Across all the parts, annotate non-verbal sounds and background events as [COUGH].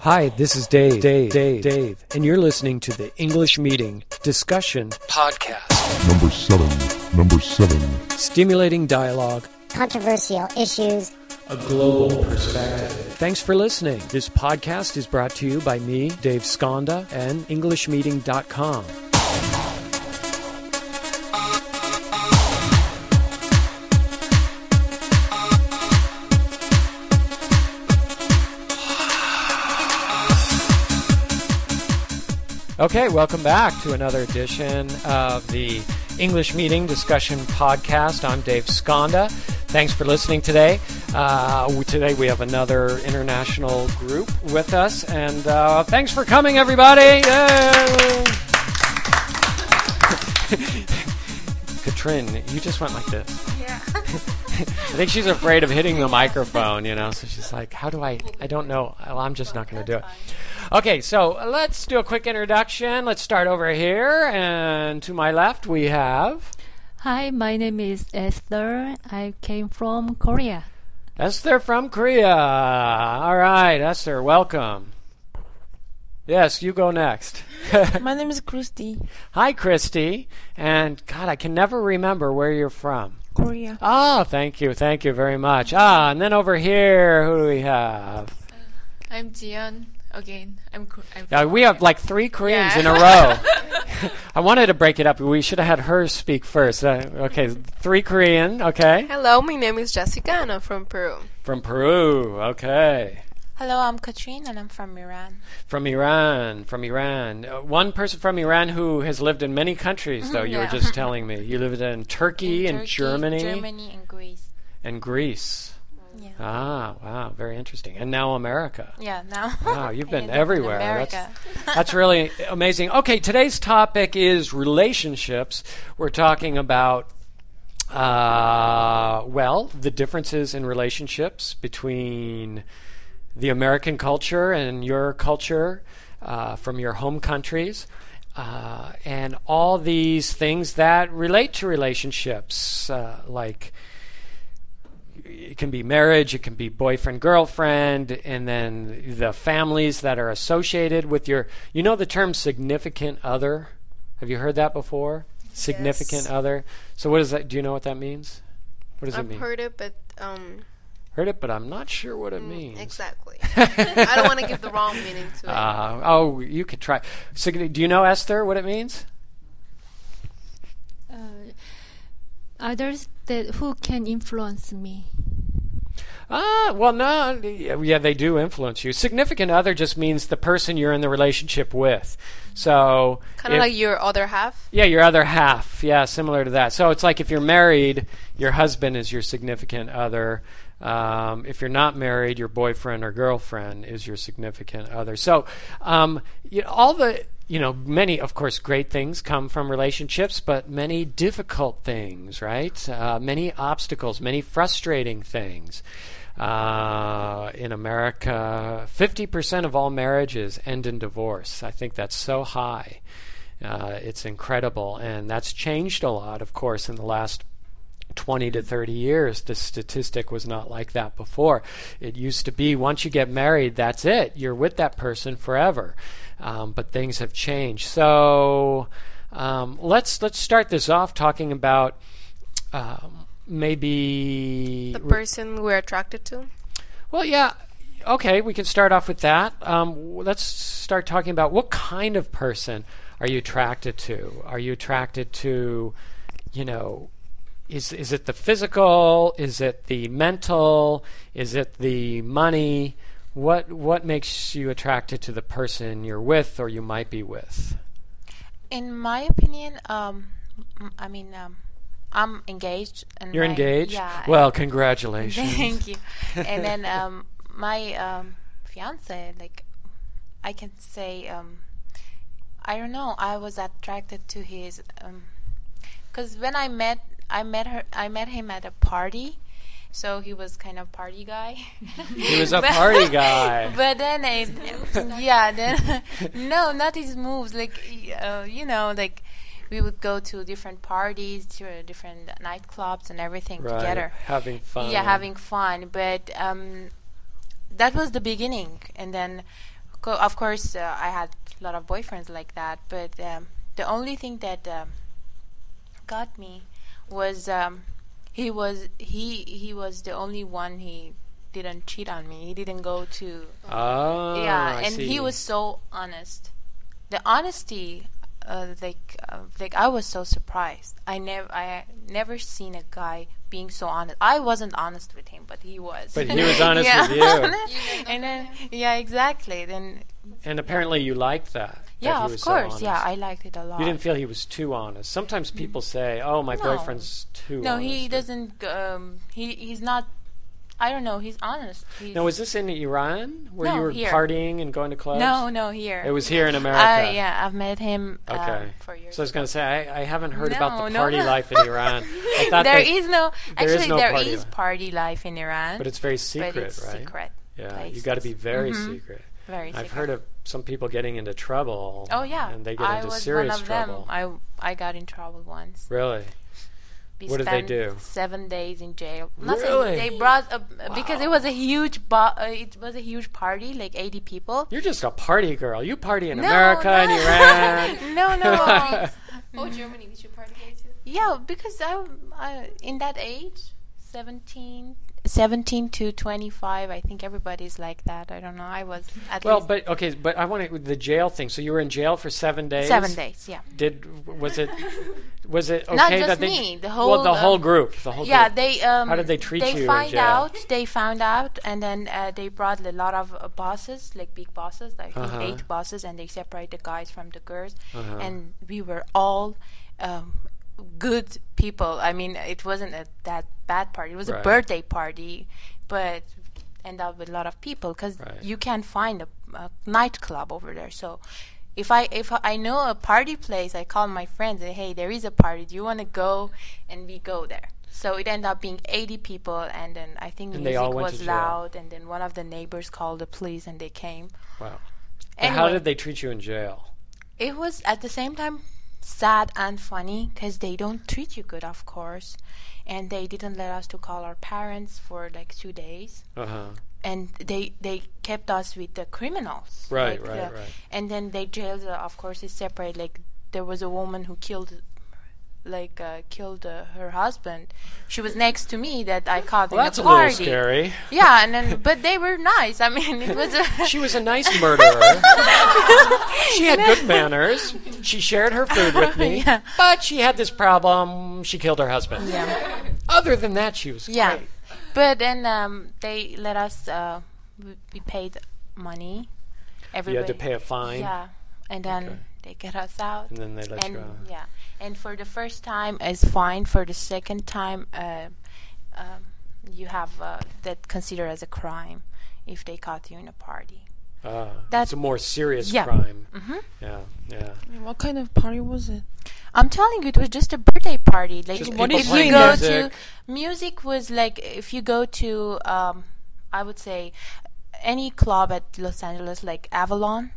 Hi, this is Dave, Dave, Dave, Dave, and you're listening to the English Meeting Discussion Podcast, Number seven. Number seven. stimulating dialogue, controversial issues. a global perspective. Thanks for listening. This podcast is brought to you by me, Dave Sconda, and EnglishMeeting.com. Okay, welcome back to another edition of the English Meeting Discussion Podcast. I'm Dave Skonda. Thanks for listening today. Uh, we- today we have another international group with us, and uh, thanks for coming, everybody. Yay! [LAUGHS] Katrin, you just went like this. I think she's afraid of hitting the microphone, you know. So she's like, "How do I? I don't know. Well, I'm just not going to do it." Okay, so let's do a quick introduction. Let's start over here, and to my left we have Hi, my name is Esther. I came from Korea. Esther from Korea. All right, Esther, welcome. Yes, you go next. My name is Christy. Hi, Christy. And God, I can never remember where you're from. Korea. Oh, thank you, thank you very much. Ah, and then over here, who do we have? I'm Jian again. I'm. Ko- I'm Uh, we have like three Koreans Yeah. [LAUGHS] in a row. [LAUGHS] I wanted to break it up. We should have had her speak first. Uh, okay, three Korean. Okay, Hello, my name is Jessica and I'm from Peru. from Peru. Okay, Hello, I'm Katrine and I'm from Iran. from Iran. From Iran. Uh, one person from Iran who has lived in many countries, though. You [LAUGHS] Yeah. were just telling me you lived in Turkey, and Turkey, Germany, Germany and Greece. and Greece. Yeah. Ah, wow, very interesting. And now America. Yeah, now. [LAUGHS] Wow, [LAUGHS] you've been In everywhere. America. That's, [LAUGHS] [LAUGHS] that's really amazing. Okay, today's topic is relationships. We're talking about, uh, well, the differences in relationships between the American culture and your culture uh, from your home countries. Uh, and all these things that relate to relationships, uh, like it can be marriage, it can be boyfriend girlfriend, and then the families that are associated with your. You know the term significant other. Have you heard that before? Significant Yes. other. So what is that? Do you know what that means? What does I've it mean? heard it, but um, Heard it, but I'm not sure what it Mm, means. [LAUGHS] exactly. [LAUGHS] I don't want to give the wrong meaning to it. Uh, oh, you could try. Signi- do you know Esther what it means? Uh, others that who can influence me. Ah, well, no, yeah, they do influence you. Significant other just means the person you're in the relationship with. So, kind of if- like your other half. Yeah, your other half. Yeah, similar to that. So it's like if you're married, your husband is your significant other. Um, if you're not married, your boyfriend or girlfriend is your significant other. So um, you know, all the you know many of course great things come from relationships but many difficult things right uh, many obstacles many frustrating things uh, in america 50% of all marriages end in divorce i think that's so high uh, it's incredible, and that's changed a lot, of course, in the last 20 to 30 years. The statistic was not like that before. It used to be once you get married, that's it. You're with that person forever. Um, but things have changed. So um, let's let's start this off talking about um, maybe The person we're attracted to. Mm-hmm. well, yeah. Okay, we can start off with that. Um, w- let's start talking about what kind of person are you attracted to? Are you attracted to, you know, is is it the physical? Is it the mental? Is it the money? What what makes you attracted to the person you're with or you might be with? In my opinion, um, m- I mean, um, I'm engaged. And You're my- engaged. Yeah. well, congratulations. [LAUGHS] Thank you. and then um, my um, fiance, like, I can say, um, I don't know. I was attracted to his, because when I met, I met her, I met him at a party, so he was kind of party guy. he [LAUGHS] was a party guy. But then, it, yeah, then [LAUGHS] no, not his moves. Like y- uh, you know, like we would go to different parties, to different nightclubs, and everything right. together. Having fun. Yeah, having fun. But um, that was the beginning, and then co- of course, uh, I had a lot of boyfriends like that, but um, the only thing that um, got me was um, he was he he was the only one he didn't cheat on me. He didn't go to Oh, yeah, I and see. he was so honest. The honesty, uh, like uh, like I was so surprised. I never I never seen a guy being so honest. I wasn't honest with him, but he was. But [LAUGHS] he was honest Yeah. with you, and then yeah, exactly. Then and apparently you liked that. that yeah, he of was so course, yeah, honest. I liked it a lot. You didn't feel he was too honest. Sometimes people say, "Oh, my No. boyfriend's too." no, honest. he doesn't. g- Um, he he's not. I don't know. He's honest. He's, Now, was this in Iran where you No, were here. partying and going to clubs? no, no, here. It was here in America. I, yeah, I've met him. um, Okay. for years. so I was going to say I, I haven't heard about No, the no, party no. life in [LAUGHS] Iran. I thought There that- is no there is actually no there party is life. party life in Iran but it's very but secret, it's right? secret Yeah, you places. Mm-hmm. got to be very secret. very I've secret. heard of some people getting into trouble. oh yeah and they get I into was serious one of trouble. them I I got in trouble once Really? we What did they spent do? seven days in jail Nothing. Really? they brought a, because it was a huge bo- uh, it was a huge party like 80 people You're just a party girl. You party in No, America and no. Iran. [LAUGHS] no [LAUGHS] no Oh, Germany, did you party there too? yeah because I, I in that age 17 17 to 25 I think everybody's like that I don't know I was at Well, least but okay, but I want to the jail thing. So you were in jail for seven days. seven days yeah Did was it was it okay Not just that they, me, the well the whole, whole um, group the whole yeah, group. they. Um, How did they treat they you in find jail? out. They found out, and then uh, they brought a lot of uh, bosses, like big bosses, like Uh-huh. eight bosses, and they separate the guys from the girls. And we were all um, good people. I mean, it wasn't a, that bad party. It was Right. a birthday party, but end up with a lot of people because Right. you can't find a, a nightclub over there. So. If I if I know a party place, I call my friends and hey, there is a party. Do you want to go? And we go there. So it ended up being 80 people, and then I think And they music all went to was jail. loud, and then one of the neighbors called the police, and they came. Wow. And Anyway, How did they treat you in jail? it was at the same time sad and funny because they don't treat you good, of course, and they didn't let us to call our parents for like two days Uh huh. and they they kept us with the criminals. Right, like right, the- right. And then they jailed. Uh, of course, it's separate. Like there was a woman who killed, like uh, killed uh, her husband. She was next to me that I caught Well, in that's a a party. little [LAUGHS] scary. Yeah, and then but they were nice. I mean, it was. A [LAUGHS] She was a [LAUGHS] nice murderer. she had good manners. She shared her food with me. [LAUGHS] Yeah. But she had this problem. She killed her husband. yeah, Other than that, she was yeah. great. But then um, they let us. Uh, we, we paid money. You had Everybody. to pay a fine, Yeah, and then Okay. they get us out. and then they let and you out. yeah, and for the first time is fine. For the second time, uh, um, you have uh, that considered as a crime if they caught you in a party. Ah, That- it's a more serious Yeah. Mm-hmm. crime. Yeah, yeah. What kind of party was it? I'm telling you, it was just a birthday party. Like Just What people did you playing do? go music. to music was like if you go to um, I would say any club at Los Angeles like Avalon.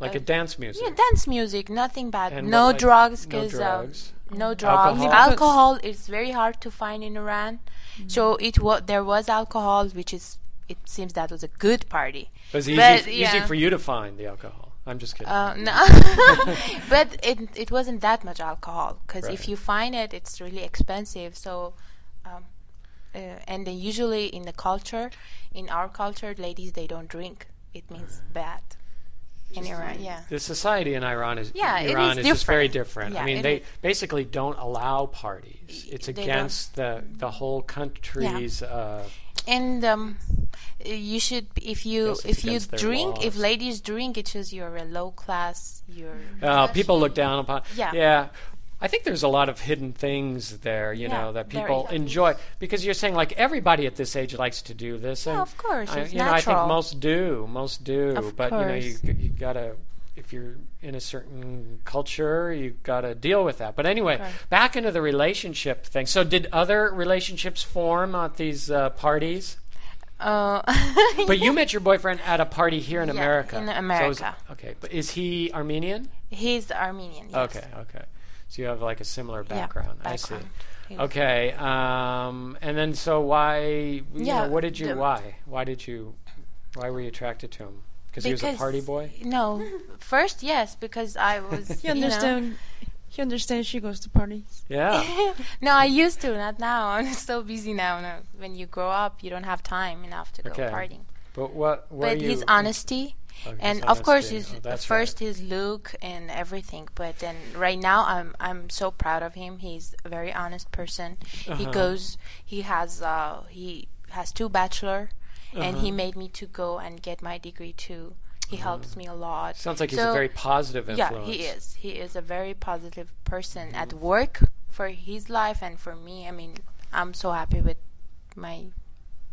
like a dance music. Yeah, dance music, nothing bad. And no what, like, drugs, no 'cause, drugs. Um, no drugs. Alcohol. Alcohol. is very hard to find in Iran, so it wa- there was alcohol, which is it seems that was a good party. It was easy, But, easy yeah. for you to find the alcohol. I'm just kidding. Uh, no, [LAUGHS] but it it wasn't that much alcohol because Right. if you find it, it's really expensive. So, um, uh, and then usually in the culture, in our culture, ladies they don't drink. It means bad. In Iran, yeah. the society in Iran is Yeah, it Iran is just very different. different. I Yeah, mean, it they is. basically don't allow parties. It's They don't. against the the whole country's. Uh, And um, you should, if you Yes, it's if you against their drink, if laws. ladies drink, it shows you're a low class. You're uh, people look down upon. Yeah. I think there's a lot of hidden things there, you Yeah, know, that there people is. enjoy because you're saying like everybody at this age likes to do this. Yeah, and of course, I, it's you know, I think natural. most do, most do, Of but you course. know, you you gotta if you're in a certain culture, you gotta deal with that. But anyway, Right. back into the relationship thing. So, did other relationships form at these uh, parties? uh, But you met your boyfriend at a party here in Yeah, America. in So is- America. okay, but is he Armenian? [LAUGHS] he's Armenian. Yes. Okay, okay. So you have like a similar Yeah, background. I background. see. He's- Okay, um, and then so why? You Yeah, know, what did you? the- why? Why did you? Why were you attracted to him? Because he was a party boy? [LAUGHS] No, first yes, because [LAUGHS] I was. He you know. understand. He understands. She goes to parties. Yeah. [LAUGHS] no, I used to. Not now. [LAUGHS] I'm so busy now. No. When you grow up, you don't have time enough to go Okay. partying. But what were But you? his honesty, Oh, his and of course, honesty. his Oh, that's first right. his look and everything. But then right now, I'm I'm so proud of him. He's a very honest person. He Uh-huh. goes. He has uh he has two bachelor, and he Uh-huh. made me to go and get my degree too. He helps me a lot. Sounds like he's a So- very positive yeah, influence. he is. Mm. He is a very positive person at work for his life and for me. I mean, I'm so happy with my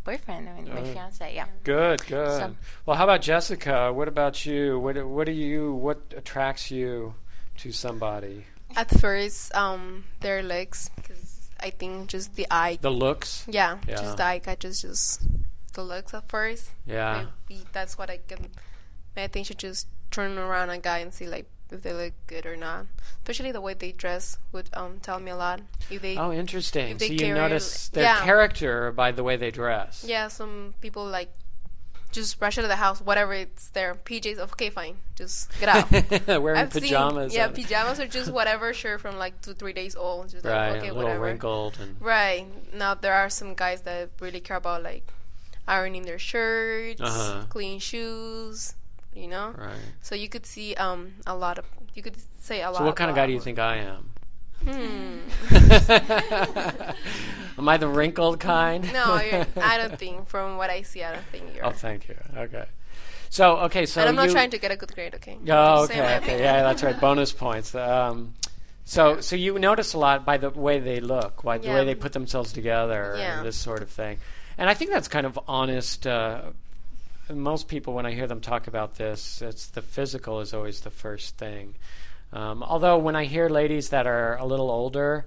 boyfriend. I mean, my Uh, fiance. Yeah. Good, good. So- well, how about Jessica? What about you? What what do you? What attracts you to somebody? At first, um, their looks, because I think just the eye. The looks. yeah, Yeah. just the eye catches just the looks at first. Yeah. Maybe that's what I can. I think should just turn around a guy and see like if they look good or not. Especially the way they dress would um tell me a lot. If they Oh, interesting. If So they you carry- notice their yeah. character by the way they dress. yeah, some people like just rush out of the house, whatever it's there. PJs, okay, fine, just get [LAUGHS] out. [LAUGHS] Wearing I've pajamas. Seen, yeah, and- pajamas or [LAUGHS] just whatever shirt from like two, three days old. Just Right, like, okay, a little whatever. wrinkled and Right. Now there are some guys that really care about like ironing their shirts, Uh-huh. clean shoes, you know. right. So you could see um a lot of you could say a lot. So, what kind of guy about- do you think I am? [LAUGHS] Hmm. [LAUGHS] am I the wrinkled kind? No, you're, I don't think. From what I see, I don't think [LAUGHS] you're. Oh, thank you. Okay. So, okay, so and I'm not you- trying to get a good grade, okay? Oh, Just say okay, my okay, opinion. yeah, that's right. Bonus points. Um, so, so you notice a lot by the way they look, by the Yeah. way they put themselves together, Yeah. and this sort of thing. And I think that's kind of honest. Uh, most people, when I hear them talk about this, it's the physical is always the first thing. Um, although when I hear ladies that are a little older,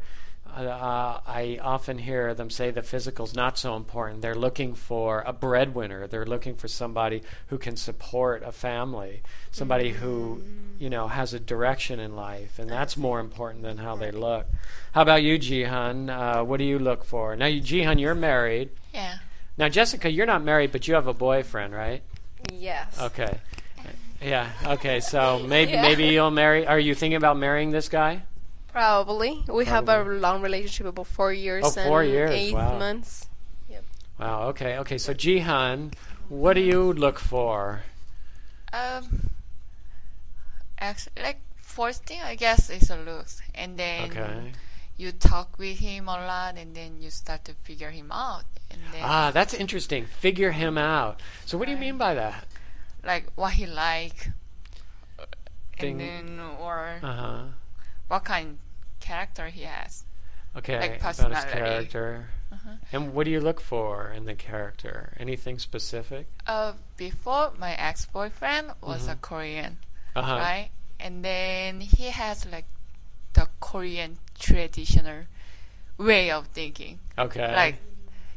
uh, I often hear them say the physical's not so important. They're looking for a breadwinner. They're looking for somebody who can support a family, somebody who you know has a direction in life, and that's more important than how they look. How about you, Jihan? Uh, what do you look for? Now, you, Jihan, you're married. Yeah. Now, Jessica, you're not married, but you have a boyfriend, right? Yes. Okay. Yeah. Okay. So maybe maybe you'll marry. Are you thinking about marrying this guy? Probably. We have a Probably. long relationship about four years Oh, four and years, eight wow. months. Wow. Okay. Okay. So Jihan, what do you look for? Um. Ex- like first thing I guess is the looks, and then Okay. you talk with him a lot, and then you start to figure him out, and then Ah, that's interesting. Figure him out. So what do you mean by that? like what he like, Thing- and then or Uh huh. what kind character he has. Okay. Like about his personality. Uh-huh. character. And what do you look for in the character? Anything specific? Uh, before my ex-boyfriend was Mm-hmm. a Korean, Uh huh. right? And then he has like the Korean traditional way of thinking. Okay. Like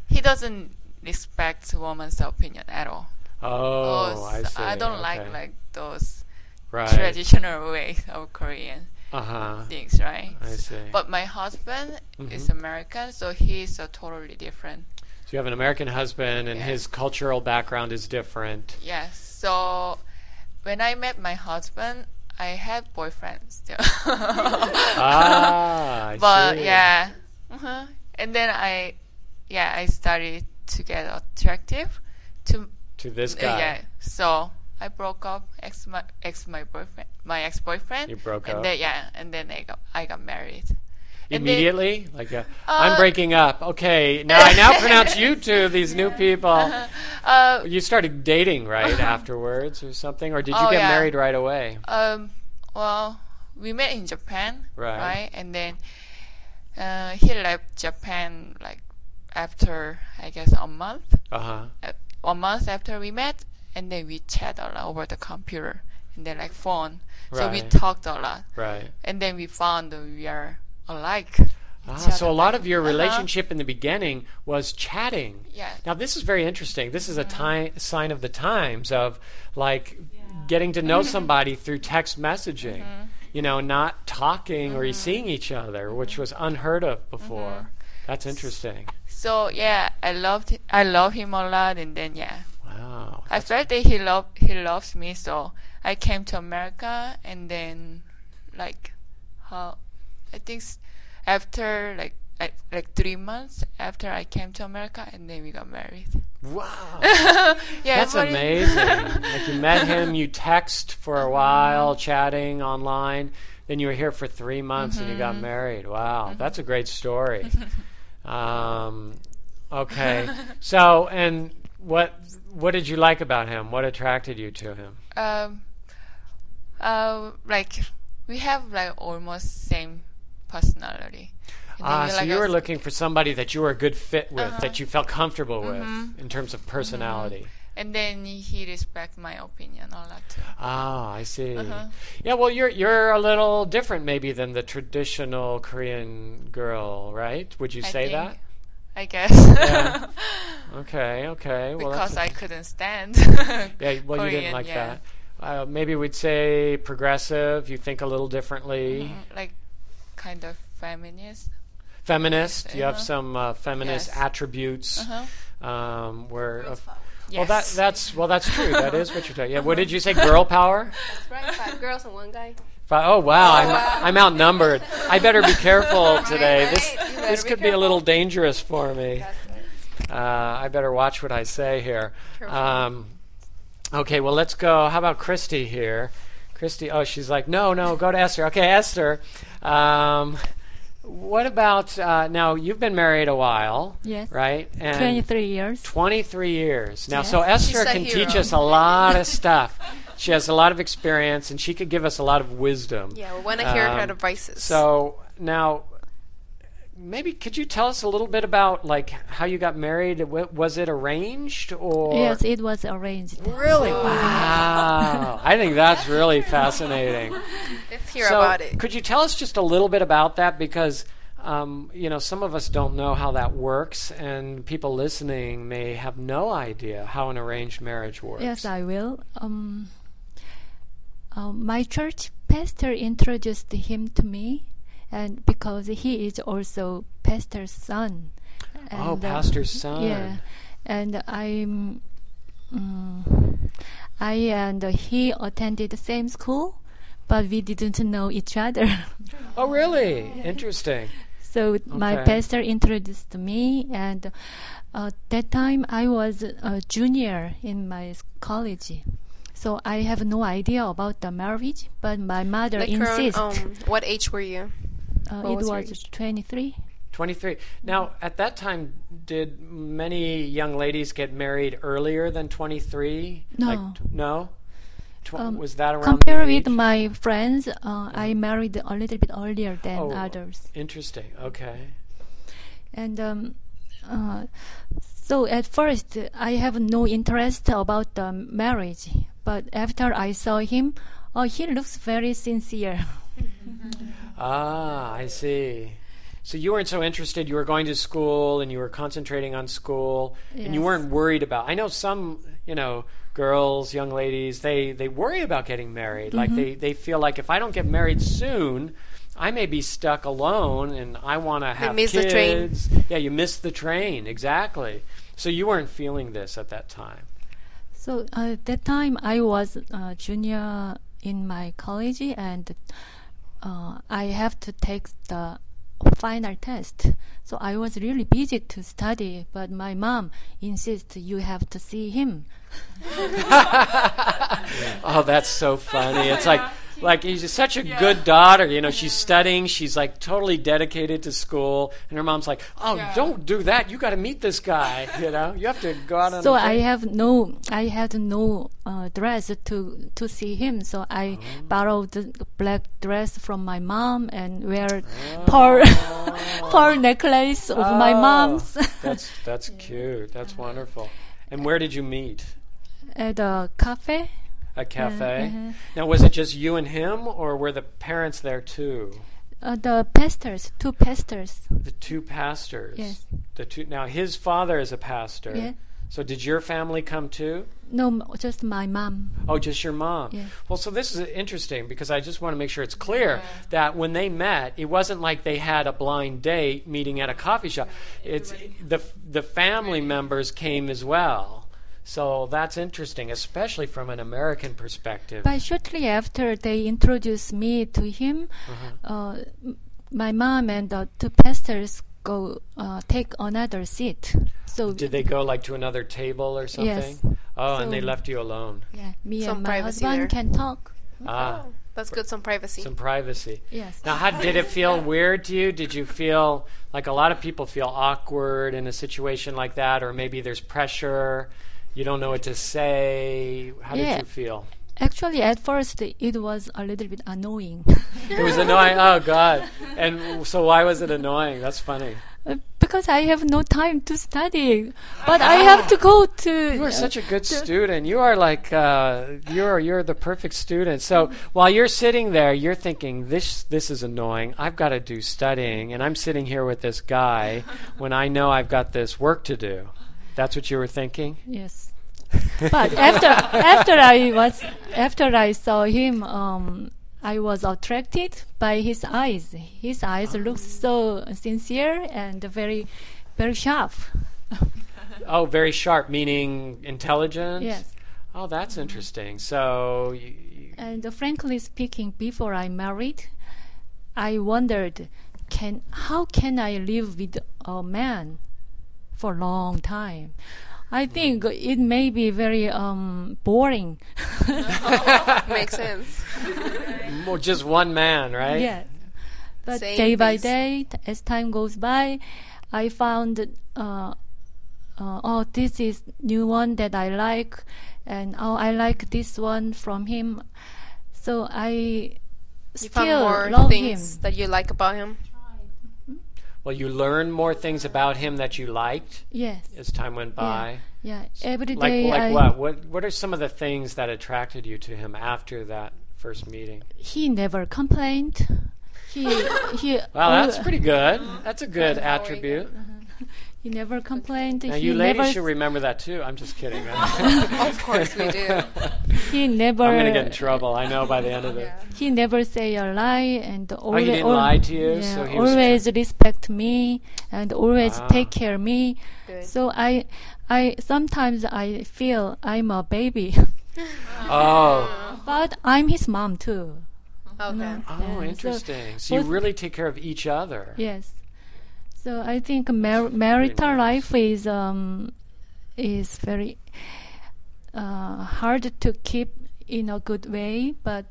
he doesn't respect woman's opinion at all. oh, I Those- see. don't like okay. like those right. traditional [LAUGHS] ways of Korean Uh huh. things, right? I see. But my husband is Mhm. American, so he's a totally different. So you have an American husband, and Yeah. his cultural background is different. Yes. So when I met my husband, I had boyfriend still. [LAUGHS] ah, I but see. yeah, uh and then I, yeah, I started to get attractive to To this uh, guy. yeah. So I broke up ex my ex my boyfriend my ex boyfriend. You broke and up. Then, yeah, and then I got I got married. And then- Immediately, like a, I'm Uh, breaking up. Okay, now I now pronounce [LAUGHS] you two, these new people. Uh, uh-huh. You started dating right afterwards or something, or did you Oh, get yeah. married right away? um, well, we met in Japan, Right. And then uh, he left Japan like after I guess a month. Uh huh. uh, one month after we met, and then we chat a lot over the computer and then like phone. So we Right. talked a lot, Right. and then we found that we are alike. Ah, Each so a other, lot like- of your Uh-huh. relationship in the beginning was chatting. Yeah. Now this is very interesting. This is a Uh-huh. time, sign of the times of like getting to [LAUGHS] know somebody through text messaging. Uh-huh. You know, not talking or seeing each other, which Uh-huh. was unheard of before. That's interesting. So yeah, I loved I love him a lot, and then yeah, Wow. I felt that he love he loves me, so I came to America and then like how I think s- after like I, like three months after I came to America and then we got married. Wow. Yeah, That's but it- [LAUGHS] amazing. like you met him, you text for a while, chatting online. Then you were here for three months and you got Mm-hmm. married. Wow, that's a great [LAUGHS] story. um, okay, so and what what did you like about him? What attracted you to him? um, uh, like we have like almost same personality. And then Ah, we so like you were us- Uh-huh. looking for somebody that you were a good fit with, that you felt comfortable with Mm-hmm. in terms of personality. and then he respect my opinion a lot. too. Ah, I see. Uh-huh. Yeah, well, you're you're a little different maybe than the traditional Korean girl, right? Would you I say think- that? I guess [LAUGHS] Yeah. Okay, okay. Well, that's because a- I couldn't stand. [LAUGHS] yeah, well, you didn't Korean, like yeah. that. Uh, maybe we'd say progressive. You think a little differently. Mm-hmm, like kind of feminist. Feminist. You have Uh-huh. some uh, feminist Yes. attributes. Uh-huh. Um, where of, well, Yes. that that's well, that's [LAUGHS] true. that is what you're talking. Yeah. What did you say? Girl power. Right, [LAUGHS] five girls and one guy. Fi- Oh wow, I'm, I'm outnumbered. I better be [LAUGHS] careful today. This right. You better this be could be a little dangerous for me. Uh, I better watch what I say here. Um, okay, well let's go. How about Christy here? Christy, oh she's like, no, no, go to Esther. Okay, Esther. Um, what about uh, now? You've been married a while, Yes. right? And 23 years. 23 years. Now, Yeah. so Esther She's a can hero. teach us a lot of stuff. She has a lot of experience and she could give us a lot of wisdom. Yeah, we want to hear her Um, advices. So, now maybe could you tell us a little bit about like how you got married? W- Was it arranged or Yes, it was arranged. Really? Wow. I think that's really fascinating. let's [LAUGHS] hear So, about it. Could you tell us just a little bit about that? Because um, you know, some of us don't know how that works, and people listening may have no idea how an arranged marriage works. Yes, I will. Um, um, my church pastor introduced him to me, and because he is also pastor's son. oh, And, uh, pastor's son. Yeah, and I'm. mm, I and he attended the same school, but we didn't know each other. [LAUGHS] Oh, really? Interesting. so my Okay. pastor introduced me, and uh, that time I was a junior in my s- college, so I have no idea about the marriage. But my mother like her own, insists. um, what age were you? uh, what it was your was age? twenty-three. 23. Now, at that time, did many young ladies get married earlier than 23? No. Like, t- no? Tw- Um, was that around Compared the with age? my friends, uh, I married a little bit earlier than Oh, others. Interesting. Okay. And um, uh, so at first, I have no interest about the marriage. But after I saw him, oh, he looks very sincere. [LAUGHS] Ah, I see. So you weren't so interested. You were going to school and you were concentrating on school, and you Yes. weren't worried about. I know some, you know, girls, young ladies, they they worry about getting married. Mm-hmm. Like they they feel like if I don't get married soon, I may be stuck alone, and I want to have miss the train. kids. Yeah, you missed the train exactly. So you weren't feeling this at that time. So uh, that time, I was uh, junior in my college, and uh, I have to take the final test. So I was really busy to study, but my mom insists you have to see him. [LAUGHS] Oh, that's so funny. It's like like he's just such a good daughter. You know, she's studying, she's like totally dedicated to school, and her mom's like, "Oh, don't do that. You got to meet this guy, you know. You have to go out on So a I date." have no, I had no uh, dress to to see him. So I Oh. borrowed the black dress from my mom and wear pearl [LAUGHS] pearl necklace of my Oh, mom's [LAUGHS] That's that's cute. That's wonderful. And where did you meet? at a cafe. A cafe. mhm. Now, was it just you and him, or were the parents there too? Uh, the pastors, two pastors. The two pastors. Yes. The two. Now, his father is a pastor. Yeah. So, did your family come too? No, m- just my mom. Oh, just your mom. Yeah. Well, so this is interesting because I just want to make sure it's clear that when they met, it wasn't like they had a blind date meeting at a coffee shop. It's the the family members came as well. So that's interesting, especially from an American perspective. But shortly after they introduced me to him, Uh-huh. uh, m- my mom and the two pastors go uh, take another seat. So Did they go like to another table or something? Yes. Oh, and they So- left you alone. Yeah, me Some and my privacy husband there. can talk. Ah, That's good. Some privacy. some privacy. Yes. Now, how did it feel weird to you? Did you feel like a lot of people feel awkward in a situation like that, or maybe there's pressure, you don't know what to say? How Yeah. did you feel? Actually, at first it was a little bit annoying [LAUGHS] It was annoying. Oh God! And so, why was it annoying? That's funny. Uh, because I have no time to study, but I have to go to. Ah. You are such a good student. You are like uh, you're you're the perfect student. So while you're sitting there, you're thinking this this is annoying. I've got to do studying, and I'm sitting here with this guy when I know I've got this work to do. That's what you were thinking. Yes. [LAUGHS] but after after I was after I saw him, um, I was attracted by his eyes. His eyes looked so sincere and very, very sharp. [LAUGHS] Oh, very sharp, meaning intelligent. Yes. Oh, that's interesting. So. You, you- And frankly speaking, before I married, I wondered, can how can I live with a man for a long time? I think it may be very um, boring. [LAUGHS] [LAUGHS] [LAUGHS] Makes sense. well, just one man, right? Yeah. But Same day by pace. day, t- as time goes by, I found, uh, uh, oh, this is new one that I like, and oh, I like this one from him. So I You still found more love things him. that you like about him. Well, you learn more things about him that you liked Yes. as time went Yeah. by. Yeah. Every day. like like I, what what what are some of the things that attracted you to him after that first meeting He never complained. He he. [LAUGHS] wow that's al- pretty good that's a good attribute He never complained. now he you ladies never, should remember that too i'm just kidding [LAUGHS] Of course we do. He never. i'm gonna get in trouble i know by the end of it He never say a lie and always Oh, didn't lie to you, so he was always respect me and always Ah. take care of me. Good. So I I sometimes I feel I'm a [LAUGHS] baby, oh but I'm his mom too. Okay. Yeah, oh so interesting so you both- really take care of each other Yes. So I think mar- marital nice. life is um is very uh, hard to keep in a good way, but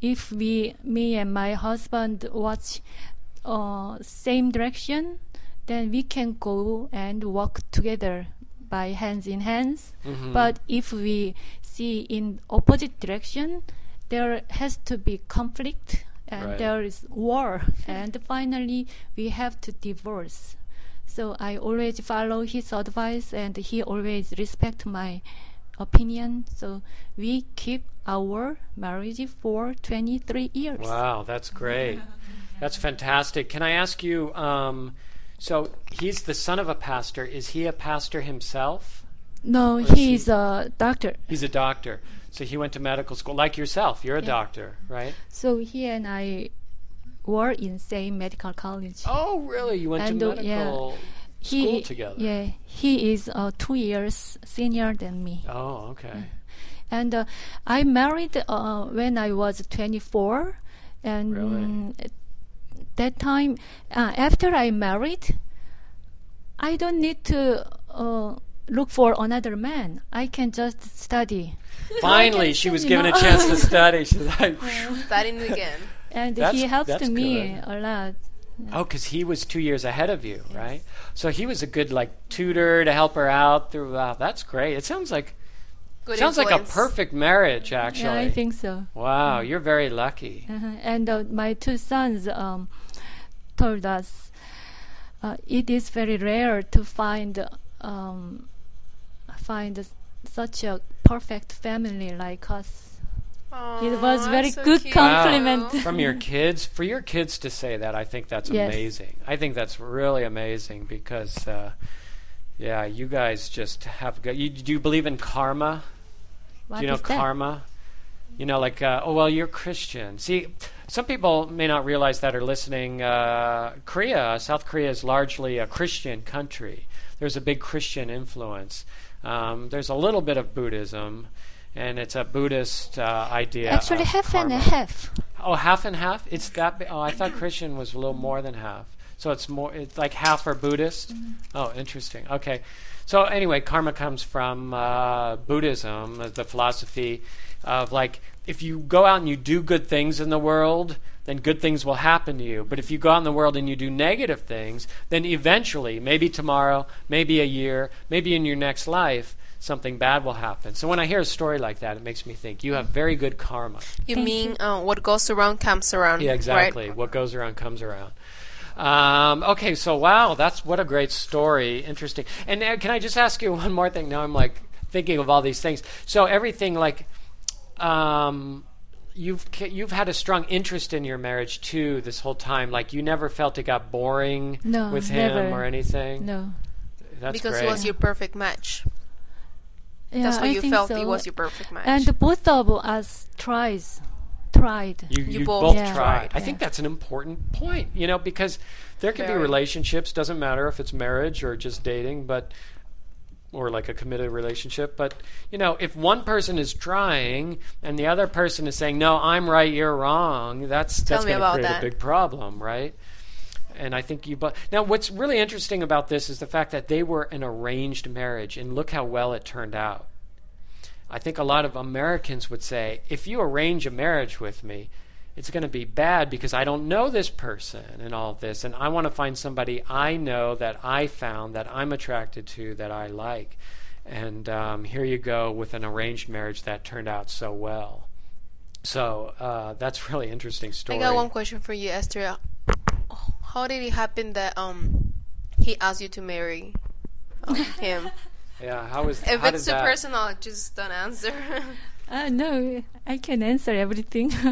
if we me and my husband watch uh, same direction, then we can go and walk together by hands in hands. But if we see in opposite direction, there has to be conflict and Right. there is war and finally we have to divorce. So I always follow his advice and he always respect my opinion. So we keep our marriage for 23 years. Wow, that's great. That's fantastic. Can I ask you? Um, so he's the son of a pastor. Is he a pastor himself? No, I see. he's a doctor. He's a doctor. So he went to medical school, like yourself. You're a doctor, right? So he and I were in same medical college. Oh, really? You went And, to uh, yeah. medical he, school together? Yeah, he is uh, two years senior than me. Oh, okay. And uh, I married uh, when I was 24. And Really? at that time, uh, after I married, I don't need to uh, look for another man. I can just study. [LAUGHS] Finally, she was you given a know. chance [LAUGHS] to study. She's like, "Phew." Starting again. And he That's- helped that's me good. a lot. oh, because he was two years ahead of you, right? So he was a good like tutor to help her out throughout. That's great. It sounds like Good sounds like a influence. perfect marriage, actually. Yeah, I think so. Wow, you're very lucky. Uh-huh. And uh, my two sons um, told us uh, it is very rare to find um, find s- such a perfect family like us. Aw, it was very that's so good [LAUGHS] cute. compliment. From your kids, for your kids to say that, I think that's Yes. amazing. I think that's really amazing because, uh, yeah, you guys just have good. You, do you believe in karma? What do you know is that? karma? You know, like, uh, oh, well, you're Christian. See, some people may not realize that are listening. Uh, Korea, South Korea is largely a Christian country. There's a big Christian influence. Um, there's a little bit of Buddhism, and it's a Buddhist uh, idea. Actually, of half and karma. a half. Oh, half and half. It's that. Bi- oh, I thought Christian was a little more than half. So it's more. It's like half are Buddhist. Oh, interesting. Okay. So anyway, karma comes from uh, Buddhism, uh, the philosophy of like if you go out and you do good things in the world, then good things will happen to you. But if you go out in the world and you do negative things, then eventually, maybe tomorrow, maybe a year, maybe in your next life, something bad will happen. So when I hear a story like that, it makes me think you have very good karma. You Thank mean Uh, what goes around comes around. Yeah, right? exactly. What goes around comes around. Um, okay, so wow, that's what a great story. Interesting. And uh, can I just ask you [LAUGHS] one more thing? Now I'm like thinking of all these things. So everything like um, you've ca- you've had a strong interest in your marriage too this whole time. Like you never felt it got boring No, with him never. or anything. No. that's because great. it was your perfect match. Yeah, That's why I you think felt so. it was your perfect match. And both of us tries, tried. You, you, You both, both Yeah. tried. I tried, think yeah. that's an important point, you know, because there can be Very. relationships, doesn't matter if it's marriage or just dating, but or like a committed relationship, but you know, if one person is trying and the other person is saying, "No, I'm right, you're wrong," that's Tell that's me going to about create that. a big problem, right? And I think you but now what's really interesting about this is the fact that they were an arranged marriage and look how well it turned out. I think a lot of Americans would say, if you arrange a marriage with me, it's going to be bad because I don't know this person and all this, and I want to find somebody I know that I found that I'm attracted to that I like. And um, here you go with an arranged marriage that turned out so well. So uh, that's [LAUGHS] really interesting I story. got one question for you, Esther. How did it happen that um he asked you to marry um, him? [LAUGHS] Yeah, how was If how it's did too that? personal, just don't [LAUGHS] answer. [LAUGHS] Uh, no, I can answer everything. [LAUGHS]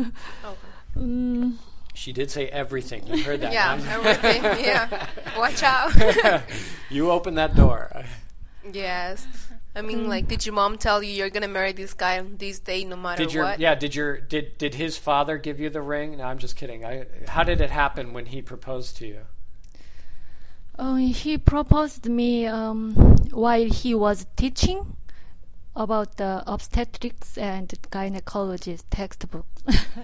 Oh. Mm, She did say everything. You heard that? yeah, huh? everything. [LAUGHS] Yeah, watch out. [LAUGHS] you opened that door. [LAUGHS] yes, I mean, Mm. like, did your mom tell you you're gonna marry this guy on this day, no matter Did your what? [LAUGHS] yeah? Did your did did his father give you the ring? No, I'm just kidding. I, how did it happen when he proposed to you? oh, he proposed me um, while he was teaching about the obstetrics and gynecology textbook,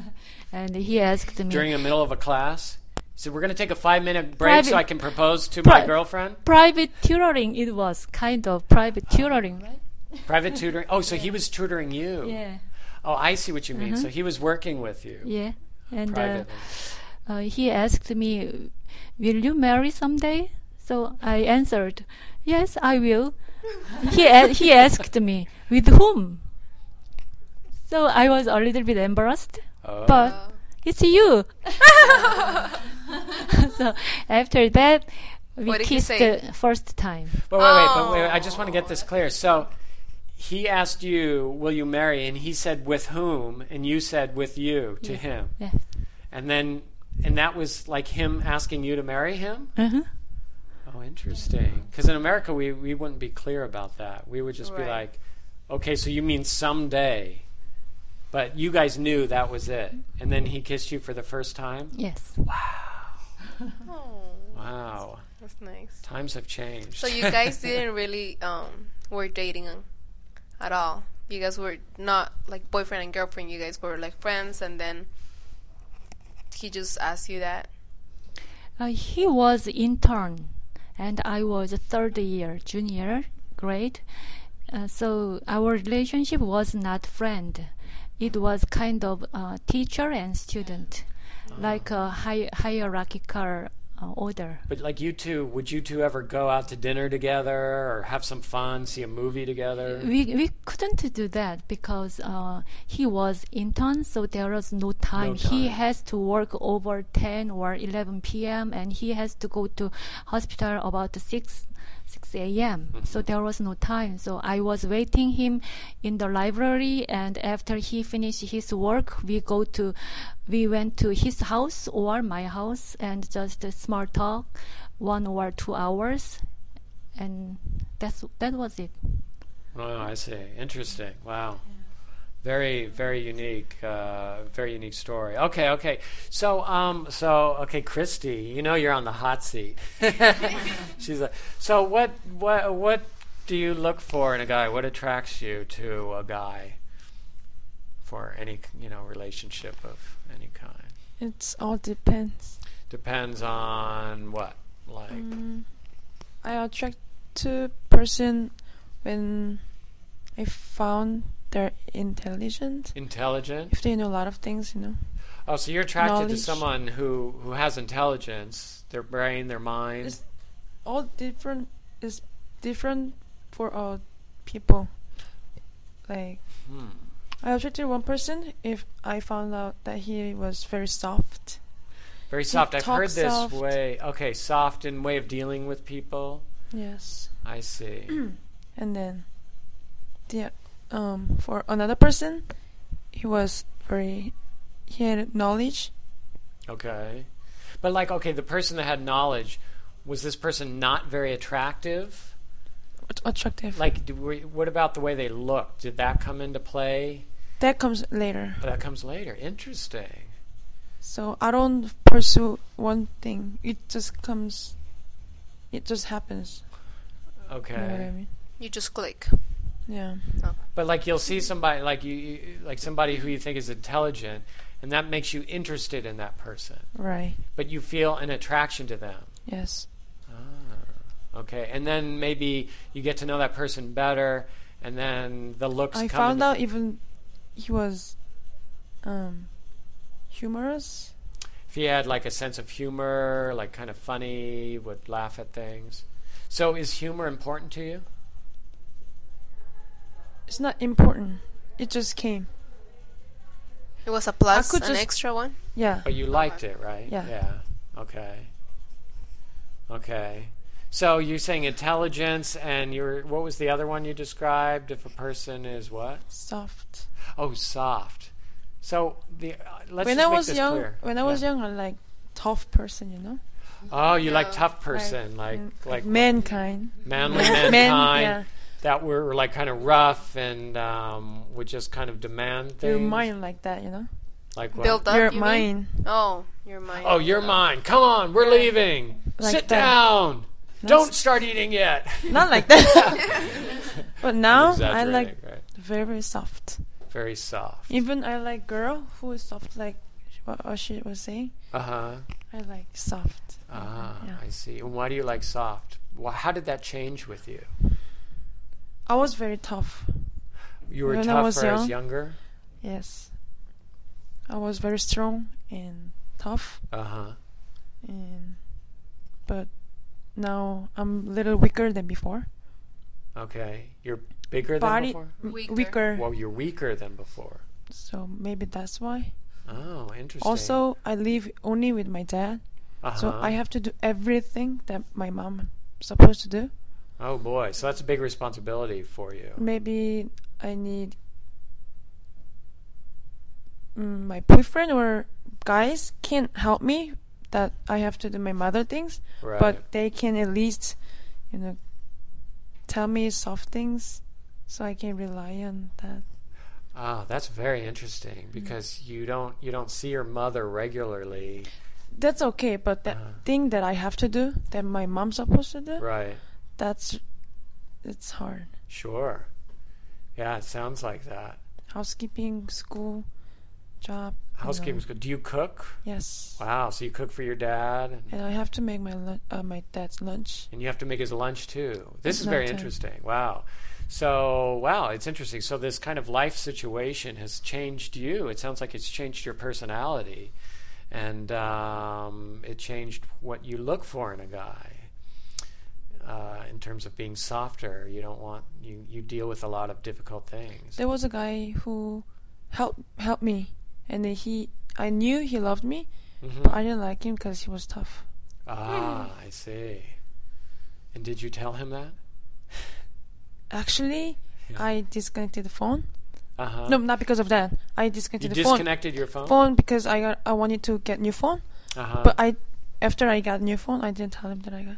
[LAUGHS] and he asked me During the middle of a class, he said, "We're going to take a five minute break so Private- I can propose to my Pri- girlfriend." private tutoring. It was kind of private Ah. tutoring, right? [LAUGHS] Private tutoring. Oh, so he was tutoring you. Yeah, Mm-hmm. Oh, I see what you mean. So he was working with you yeah, and. Uh, privately. uh, he asked me, "Will you marry someday?" So I answered, "Yes, I will." he a- he asked me, "With whom?" So I was a little bit embarrassed, Oh. but it's you. [LAUGHS] so after that, we What did he kissed say? the first time. But wait, wait, but wait, I just want to get this clear. So he asked you, "Will you marry?" And he said, "With whom?" And you said, "With you." To him. Yes. And then, and that was like him asking you to marry him. Uh-huh. Oh, interesting. Because in America, we, we wouldn't be clear about that. We would just be Mm-hmm. Right. like, okay, so you mean someday. But you guys knew that was it. And then he kissed you for the first time? Yes. Oh, Wow. that's nice. Times have changed. [LAUGHS] So you guys didn't really um were dating at all. You guys were not like boyfriend and girlfriend. You guys were like friends, and then he just asked you that. Uh, he was intern, and I was a third year junior grade. Uh, so our relationship was not friend. It was kind of uh, teacher and student, Ah. like a hi- hierarchical uh, order. but like you two, would you two ever go out to dinner together or have some fun, see a movie together? We, we couldn't do that because uh, he was intern, so there was no time. He time. has to work over 10 or 11 p.m. and he has to go to hospital about 6 6 a.m. So there was no time. So I was waiting him in the library, and after he finished his work, we go to we went to his house or my house and just a small talk, one or two hours, and that's that was it. Oh, I see. Interesting. Wow. Very, very unique. Uh, very unique story. Okay, okay. So, um, so okay, [LAUGHS] Christy, you know you're on the hot seat. She's a. So what, what, what do you look for in a guy? What attracts you to a guy for any you know relationship of any kind? It's all depends. Depends on what, like Mm, I attract to person when I found they're intelligent. intelligent. If they know a lot of things, you know. Oh, so you're attracted to Knowledge. someone who who has intelligence, their brain, their mind. It's all different. It's different for all people. Like Hmm. I attracted one person if I found out that he was very soft. Very soft. I've talk heard this soft. way. Okay, soft in way of dealing with people. Yes. I see. [CLEARS THROAT] And then, the um for another person, he was very he had knowledge. Okay. But like okay, the person that had knowledge was this person not very attractive? att- Attractive. Like do we, what about the way they looked? Did that come into play? that comes later. Oh, that comes later. Interesting. So I don't pursue one thing. It just comes. It just happens. Okay. You know what I mean? You just click. Yeah. But like you'll see somebody like you, you like somebody who you think is intelligent and that makes you interested in that person. Right. But you feel an attraction to them. Yes. Ah, okay. And then maybe you get to know that person better, and then the looks. I come found into- out even he was um humorous. if he had like a sense of humor, like kind of funny, would laugh at things. So is humor important to you? It's not important. It just came. It was a plus, could an just- extra one. Yeah. But you liked it, right? Yeah. Yeah. Okay. Okay. So you're saying intelligence, and you're what was the other one you described? If a person is what? Soft. Oh, soft. So the uh, let's when just I make was this young, clear. when I was Yeah. young, I like tough person. You know, Oh, you like Yeah. tough person, like Mm, like mankind. manly Men, mankind yeah. that were like kind of rough and um, would just kind of demand things. Your mind like that. You know, like what? Build up. your you mean? mind. Oh, your mind. Oh, you're mine. Come on, we're leaving. Like Sit that. down. Don't start eating yet. [LAUGHS] Not [LAUGHS] like that. but now I Exaggerating, like right? very very soft. very soft. Even I like girl who is soft. Like what what she was saying, Uh huh. I like soft. Ah, Yeah. I see. And why do you like soft? Wh- how did that change with you? I was very tough. You were When I tougher was as young. younger. Yes, I was very strong and tough. Uh huh. And but now I'm a little weaker than before. Okay. You're bigger Body than m- Weaker. weaker. before. Well, you're weaker than before. So maybe that's why. Oh, interesting. Also, I live only with my dad, uh-huh. so I have to do everything that my mom supposed to do. Oh boy, so that's a big responsibility for you. Maybe I need mm, my boyfriend or guys can't help me that I have to do my mother things, Right. but they can at least, you know, tell me soft things, so I can rely on that. oh, that's very interesting Mm-hmm. because you don't you don't see your mother regularly, That's okay, but that Uh-huh. thing that I have to do that my mom's supposed to do, right? that's it's hard. Sure. Yeah, it sounds like that. housekeeping, school, job. you know. Housekeeping's good. Do you cook? Yes. Wow, so you cook for your dad, and, And I have to make my lun- uh, my dad's lunch. and you have to make his lunch too. This is No very time. interesting. Wow. So wow, it's interesting. So this kind of life situation has changed you. It sounds like it's changed your personality, and um, it changed what you look for in a guy. uh, in terms of being softer. You don't want you you deal with a lot of difficult things. There was a guy who helped helped me, and then he I knew he loved me, Mm-hmm. but I didn't like him because he was tough. Ah, I see. And did you tell him that? Actually, I disconnected the phone. Uh huh. [LAUGHS] No, not because of that. I you disconnected the disconnected your phone. phone. Phone because I got I wanted to get new phone, Uh-huh. but I after I got new phone, I didn't tell him that I got.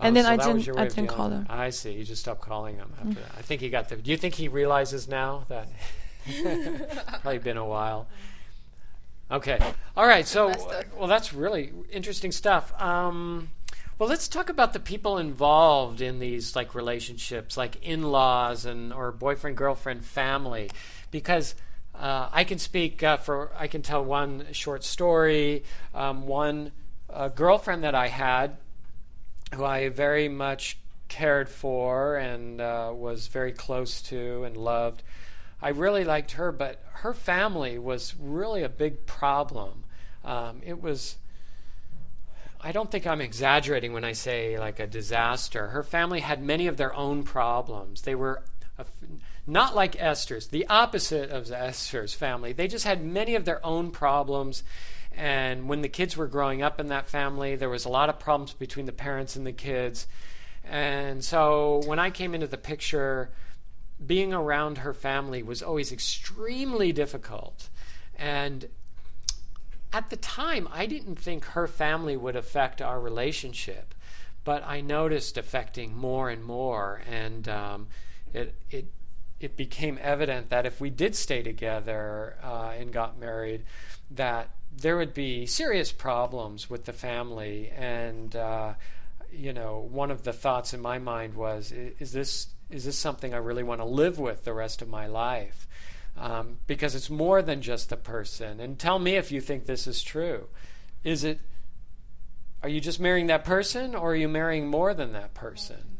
Oh, and then so I that was didn't- your I way of didn't dealing call Mm. with it. him. I see. You just stopped calling him after that. I think he got the. Do you think he realizes now that? [LAUGHS] Probably been a while. Okay. All right. So, Messed up. well, that's really interesting stuff. Um, Well, let's talk about the people involved in these like relationships, like in-laws and or boyfriend, girlfriend, family, because uh, I can speak uh, for I can tell one short story. Um, one uh, girlfriend that I had, who I very much cared for and uh, was very close to and loved. I really liked her, but her family was really a big problem. Um, it was. I don't think I'm exaggerating when I say like a disaster. Her family had many of their own problems. They were a f- not like Esther's, the opposite of Esther's family. They just had many of their own problems. And when the kids were growing up in that family, there was a lot of problems between the parents and the kids. And so when I came into the picture, being around her family was always extremely difficult. And at the time, I didn't think her family would affect our relationship, but I noticed affecting more and more, and um, it it it became evident that if we did stay together uh, and got married, that there would be serious problems with the family, and uh, you know, one of the thoughts in my mind was, "I- is this is this something I really want to live with the rest of my life? um, because it's more than just the person. And tell me if you think this is true. Is it? Are you just marrying that person, or are you marrying more than that person?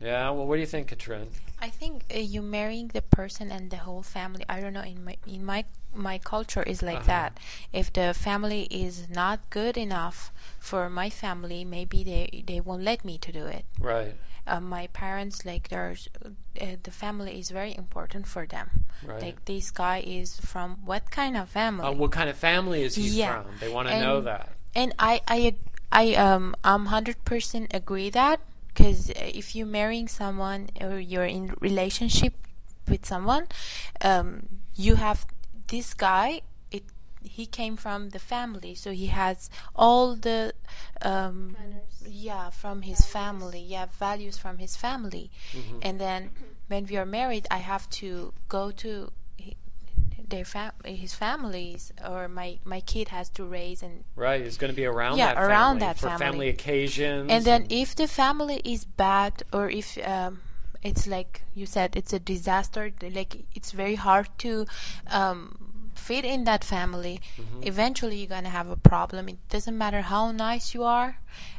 Yeah. Well, what do you think, Katrin? I think uh, you marrying the person and the whole family. I don't know. In my in my my culture is like Uh-huh. that. If the family is not good enough for my family, maybe they they won't let me to do it. Right. Uh, my parents like there's uh, the family is very important for them. Right. Like this guy is from what kind of family? Uh, what kind of family is he Yeah. from? They want to know And- that. And I, I, ag- I, um, I'm hundred percent agree that because if you're marrying someone or you're in relationship with someone, um, you have this guy. It he came from the family, so he has all the, um, yeah, from his family. Yeah, values from his family, and then when we are married, I have to go to he- their fam- his families or my my kid has to raise and Right. He's going to be around Yeah, that around family that for family. family occasions. and then if the family is bad or if um, it's like you said it's a disaster like it's very hard to um, fit in that family eventually you're gonna have a problem it doesn't matter how nice you are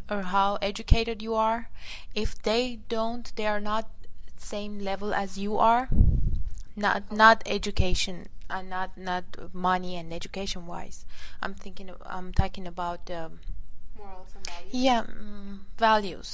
or how educated you are if they don't they are not same level as you are not not education and not not money and education wise i'm thinking i'm talking about um, Morals and values. yeah, mm, values.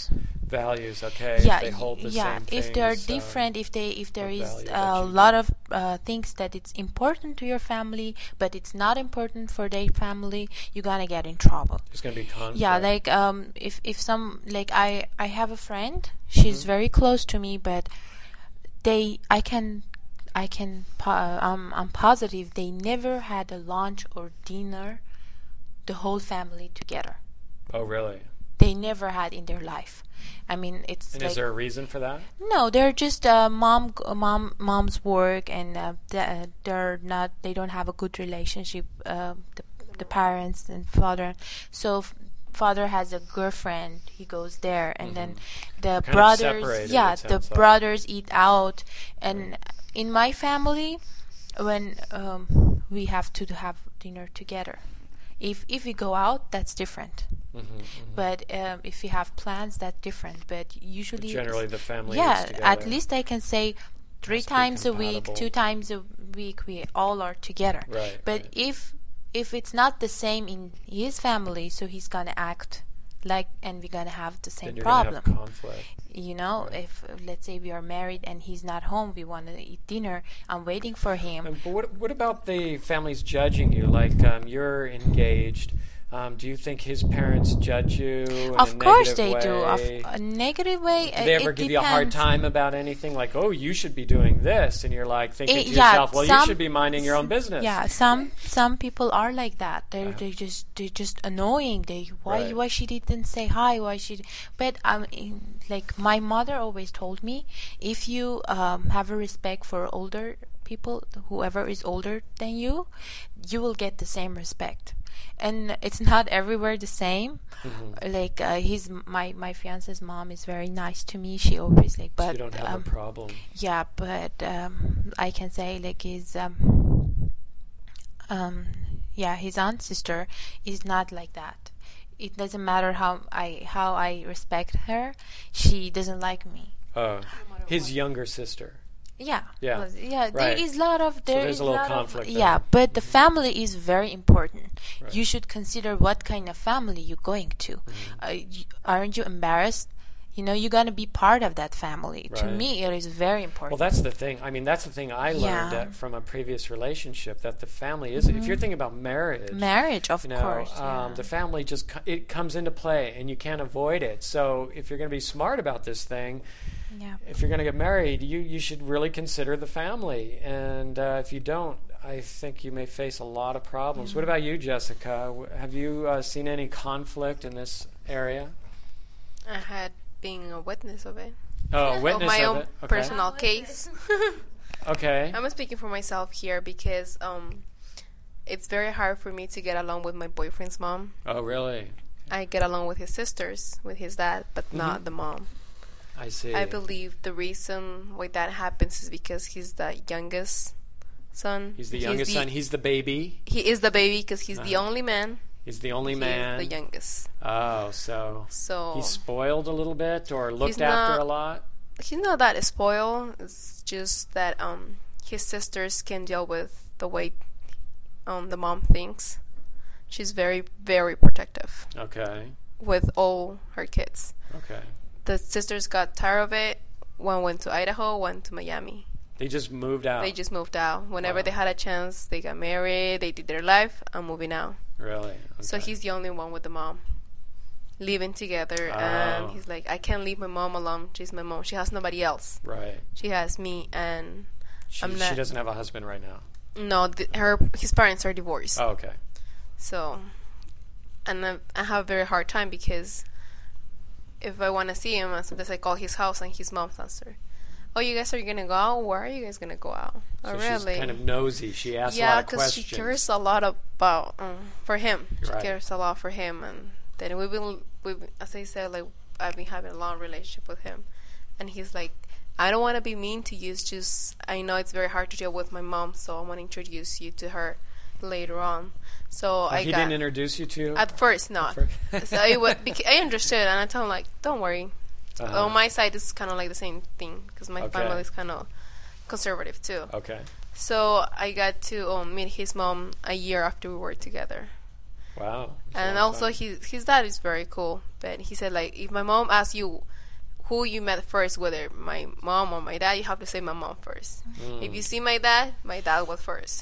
values. Okay. yeah, If they hold the yeah. same if they're things, um, different, if they if there what is value that a you lot give. of uh, things that it's important to your family, but it's not important for their family, you're gonna get in trouble. there's going to be conflict. Yeah, like um, if if some like I I have a friend, she's Mm-hmm. very close to me, but they I can I can po- um I'm positive they never had a lunch or dinner, the whole family together Oh, really? they never had in their life. I mean, it's And like Mm-hmm, is there a reason for that? no, they're just uh, mom, mom, mom's work, and uh, th- they're not. They don't have a good relationship. Uh, the, the parents and father. So f- father has a girlfriend. He goes there, and then Mm-hmm. the Kind of brothers. separated, yeah, it the sounds like. brothers eat out, and in my family, when um, we have to have dinner together. If if we go out, that's different. mm-hmm. But um, if we have plans, that's different. But usually, Generally, the family. yeah, is at together. least I can say three Must be times a week, compatible. two times a week, we all are together. Right, but right. if if it's not the same in his family, so he's gonna act like, and we're gonna have the same Then you're gonna problem. Have conflict. You know, if uh, let's say we are married and he's not home, we want to eat dinner. I'm waiting for him. Um, but what, what about the families judging you? Like um, you're engaged. Um, do you think his parents judge you? In a Of course they negative do. Of way? a negative way. uh, do they ever it give you a hard depends. time about anything? Like, oh, you should be doing this, and you're like thinking It- to yeah, yourself, well, you some- should be minding your own business. Yeah, some some people are like that. They are they just they just annoying. They why Right. why she didn't say hi? Why she? d- But um, in- like my mother always told me, if you um have a respect for older people, whoever is older than you, you will get the same respect. And it's not everywhere the same. Mm-hmm. Like uh, his my my fiance's mom is very nice to me. She always like, but you don't have um, a problem. yeah, but um, I can say like his um, um, yeah, his aunt sister is not like that. It doesn't matter how I how I respect her, she doesn't like me. Uh, his younger sister. Yeah, Yeah, well, yeah. right. There is a lot of there there's is a little lot of- conflict there. Mm-hmm. yeah, but the family is very important. Right. You should consider what kind of family you're going to. Mm-hmm. Uh, y aren't you embarrassed? You know, you're gonna be part of that family. To Right. me, it is very important. Well, that's the thing. I mean, that's the thing I learned Yeah. uh, from a previous relationship that the family is. If you're Mm-hmm. thinking about marriage, marriage, of you know, course. um, yeah. the family just co- it comes into play, and you can't avoid it. So if you're going to be smart about this thing, Yeah. if you're going to get married, you you should really consider the family. And uh, if you don't, I think you may face a lot of problems. What about you, Jessica? W- Have you uh, seen any conflict in this area? I had being a witness of it. Oh, witness of my of own it. Okay. personal case. [LAUGHS] Okay. I'm speaking for myself here because um, it's very hard for me to get along with my boyfriend's mom. Oh, really? I get along with his sisters, with his dad, but Mm-hmm. not the mom. I see. I believe the reason why that happens is because he's the youngest son. He's the youngest son. He's the baby. He is the baby because he's the Uh-huh. only man. He's the only He is man. the youngest. Oh, so So he's spoiled a little bit or looked He's after not- a lot. he's not that spoiled. It's just that um his sisters can deal with the way um the mom thinks. She's very very protective Okay. with all her kids. Okay. The sisters got tired of it. One went to Idaho, one to Miami. They just moved out. They just moved out. Whenever Ah. Wow. they had a chance, they got married. They did their life. I'm moving out. really. So Okay. he's the only one with the mom. Living together, Oh. and he's like, I can't leave my mom alone. She's my mom. She has nobody else. right. She has me, and She, I'm she not- doesn't have a husband right now. no, th- her his parents are divorced. Oh, okay. So, and I, I have a very hard time because if I want to see him, sometimes I call his house and his mom's answer. Oh, you guys are gonna go out? Where are you guys gonna go out? So oh, she's really? kind of nosy. She asks a yeah, lot of because she questions. cares a lot about um, for him. She Right. cares a lot for him, and then we've been, we've been- as I said, like I've been having a long relationship with him, and he's like, I don't want to be mean to you. It's just I know it's very hard to deal with my mom, so I want to introduce you to her later on. So Oh, I he got didn't introduce you to. at first not. first. [LAUGHS] so it was, because I understood, and I told him like, don't worry. Uh-huh. On my side, it's kind of like the same thing because my Okay. family is kind of conservative too. okay. So I got to um, meet his mom a year after we were together, Wow. That's a and long also time. his his dad is very cool. But he said like, if my mom asks you who you met first, whether my mom or my dad, you have to say my mom first. Mm. If you see my dad, my dad was first.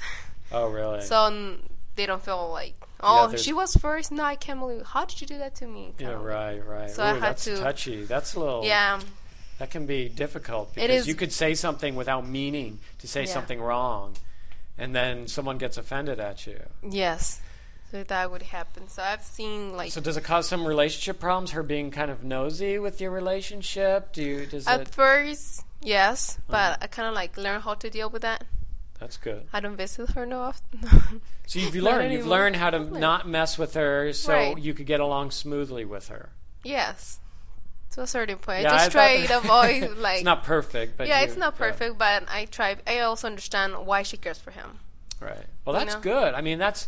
Oh, really? so mm, they don't feel like, oh, there's- she was first. No, I can't believe. How did you do that to me? Yeah. Kinda like- Right. Right. So Ooh, I had that's to- touchy. That's a little. Yeah, That can be difficult because is- you could say something without meaning to say Yeah. something wrong, and then someone gets offended at you. yes. So that would happen. So I've seen like So does it cause some relationship problems? Her being kind of nosy with your relationship? Do you? Does at it? first, yes, Uh-huh. but I kind of like learn how to deal with that. That's good. I don't visit her no [LAUGHS] often. So you've [LAUGHS] Not learned. You've anymore. learned how to Not. not mess with her, so Right. you could get along smoothly with her. yes, to a certain point. Yeah, I I thought [LAUGHS] just try to that- avoid like. it's not perfect, but yeah, you- it's not perfect, but I try. I also understand why she cares for him. right. Well, that's know? good. I mean, that's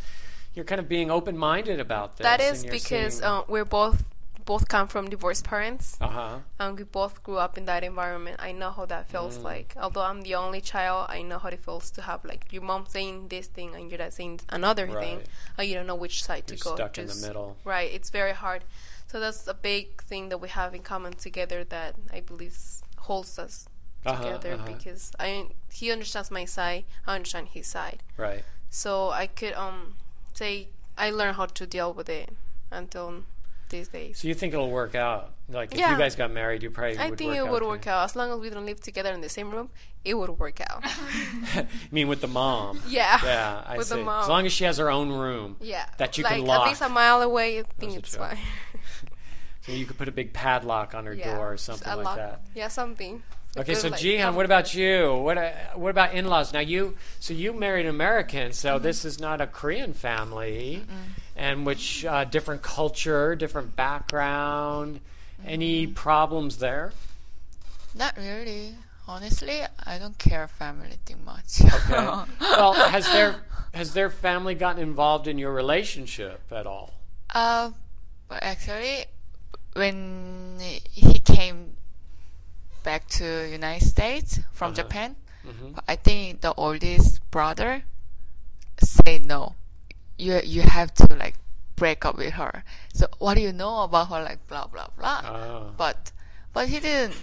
you're kind of being open-minded about this. that is because um, we're both both come from divorced parents, uh huh. and we both grew up in that environment. I know how that Mm. feels like. Although I'm the only child, I know how it feels to have like your mom saying this thing and your dad saying another thing, Right. and you don't know which side You're to go. stuck in Just- the middle. Right, it's very hard. So that's a big thing that we have in common together that I believe s- holds us Uh-huh, together uh-huh. because I he understands my side, I understand his side. Right. So I could um say I learned how to deal with it until these days. So you think it'll work out? Like if you Yeah. guys got married, you probably I would think work it would out. work out as long as we don't live together in the same room. It would work out. I mean, with the mom. [LAUGHS] yeah. Yeah, I With see. the mom. As long as she has her own room. yeah. That you like, can lock. At least a mile away, I think a it's joke. [LAUGHS] fine. So you could put a big padlock on her yeah. door or Just something a like lock. that. Yeah, something. Okay, so like, Jihan, what about you? What uh, what about in-laws? Now you so you married an American, so Mm-hmm. this is not a Korean family, and which uh, different culture, different background. Mm-hmm. Any problems there? Not really. Honestly, I don't care family thing much. [LAUGHS] Okay. well, has their has their family gotten involved in your relationship at all? Uh, but actually, when he came back to United States from Uh-huh. Japan, I think the oldest brother said no. You you have to like break up with her. So what do you know about her? Like blah blah blah. Oh. But but he didn't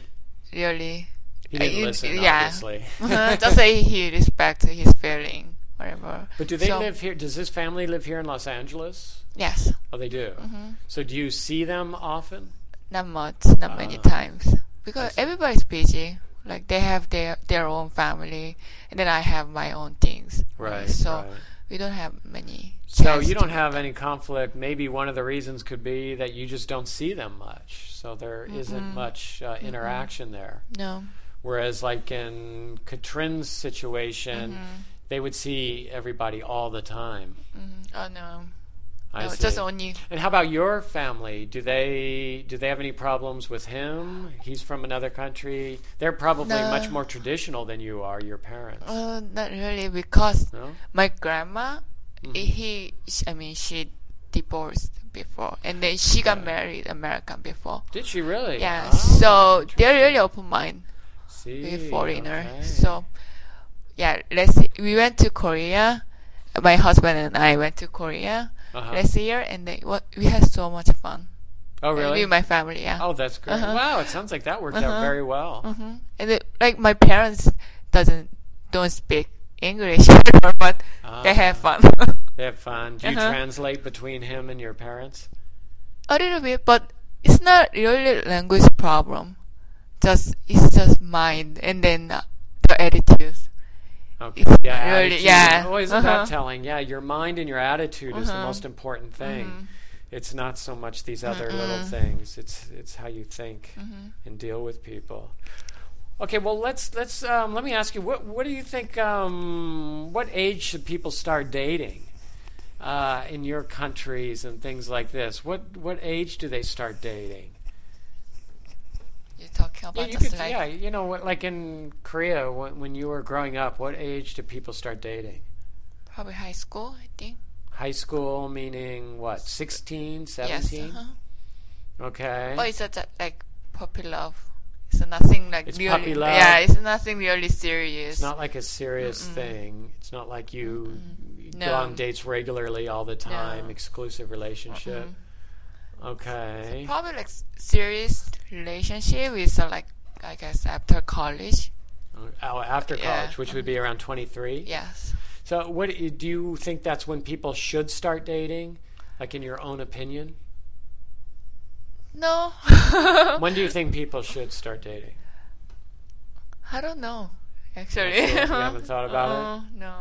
really. He didn't uh, you- listen, yeah. obviously. [LAUGHS] [LAUGHS] Just say he respects his feeling, whatever. But do they So- live here? Does his family live here in Los Angeles? Yes, Oh, they do. Mm-hmm. So do you see them often? not much, not many Ah. times, because everybody's busy. Like they have their their own family, and then I have my own things. Right, So right. we don't have many. So chance you to- don't have any conflict. Maybe one of the reasons could be that you just don't see them much, so there Mm-hmm. not much uh, interaction there. no. Whereas, like in Katrin's situation, Mm-hmm. they would see everybody all the time. Oh no. I no see. just only. and how about your family? Do they do they have any problems with him? He's from another country. They're probably No. much more traditional than you are. Your parents. Uh, not really because No? Mm-hmm. my grandma, he, she, I mean, she divorced before, and then she got married American before. Did she really? Yeah, Ah, so they're really open mind see, with foreigner. okay. So yeah, let's see. we went to Korea. My husband and I went to Korea Uh-huh. last year, and they, wa we had so much fun. oh really? With my family, yeah. Oh, that's great! Uh-huh. Wow, it sounds like that worked out Uh-huh. very well. Mhm. And it, like my parents doesn't don't speak English, [LAUGHS] but they have fun. Ah. [LAUGHS] They have fun. Do you Uh-huh. translate between him and your parents? a little bit, but it's not really language problem. Just it's just mind and then uh, the attitudes. Okay. [LAUGHS] It's Yeah, really- attitude. yeah. Oh, isn't that Uh-huh. telling? Yeah, your mind and your attitude is the most important thing. Mm-hmm. It's not so much these other little things. It's it's how you think Mm-hmm. and deal with people. Okay, well let's let's um, let me ask you what what do you think? Um, what age should people start dating uh, in your countries and things like this? What what age do they start dating? You're talking Yeah, about you just could, like yeah, you know, what, like in Korea, when, when you were growing up, what age did people start dating? probably high school, I think. High school, meaning what, 16, 17? Yes. uh Okay. But it's such a, like puppy love. It's nothing like It's really. puppy love. Yeah, it's nothing really serious. it's not like a serious thing. It's not like you go No. on dates regularly all the time, No. exclusive relationship. Okay. probably like s- serious relationship is uh, like I guess after college. oh, after college, Yeah. Mm-hmm. which would be around 23. Yes. So, what do you- do you think that's when people should start dating? Like in your own opinion? No. [LAUGHS] When do you think people should start dating? I don't know. Actually. sure. You haven't thought [LAUGHS] about it? Uh, No.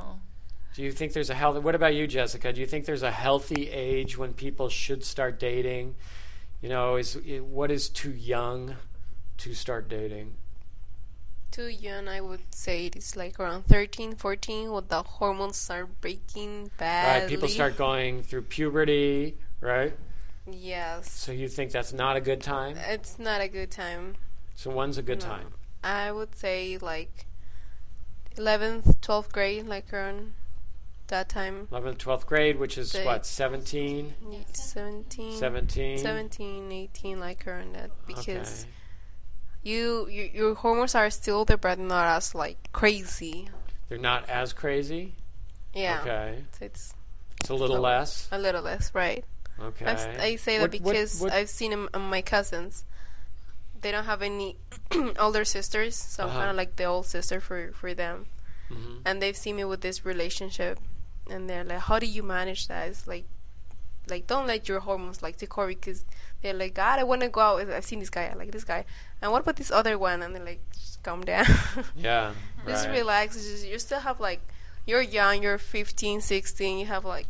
Do you think there's a healthy? What about you, Jessica? Do you think there's a healthy age when people should start dating? You know, is i- what is too young to start dating? too young i would say it is like around 13 14 when the hormones start breaking badly right, people start going through puberty, right? yes So you think that's not a good time? it's not a good time So when's a good time? i would say like 11th 12th grade like around that time Eleventh, twelfth grade, which is They- what 17, 17 17? 17 18 like around that because Okay. you, you your hormones are still there but not as like crazy They're not as crazy. yeah Okay, so it's it's a little So- less. a little less right Okay, I've, I say that What- what- because what- I've seen 'em on my cousins. They don't have any [CLEARS THROAT] older sisters, so Uh-huh. I'm kind of like the old sister for for them. Mhm. And they've seen me with this relationship, and they're like, "How do you manage that?" It's like, like don't let your hormones like take over because they're like, "God, I want to go out." with- I've seen this guy, I like this guy, and what about this other one? And they're like, "Just calm down." [LAUGHS] yeah, just right. relax just, you still have like you're young you're 15 16 you have like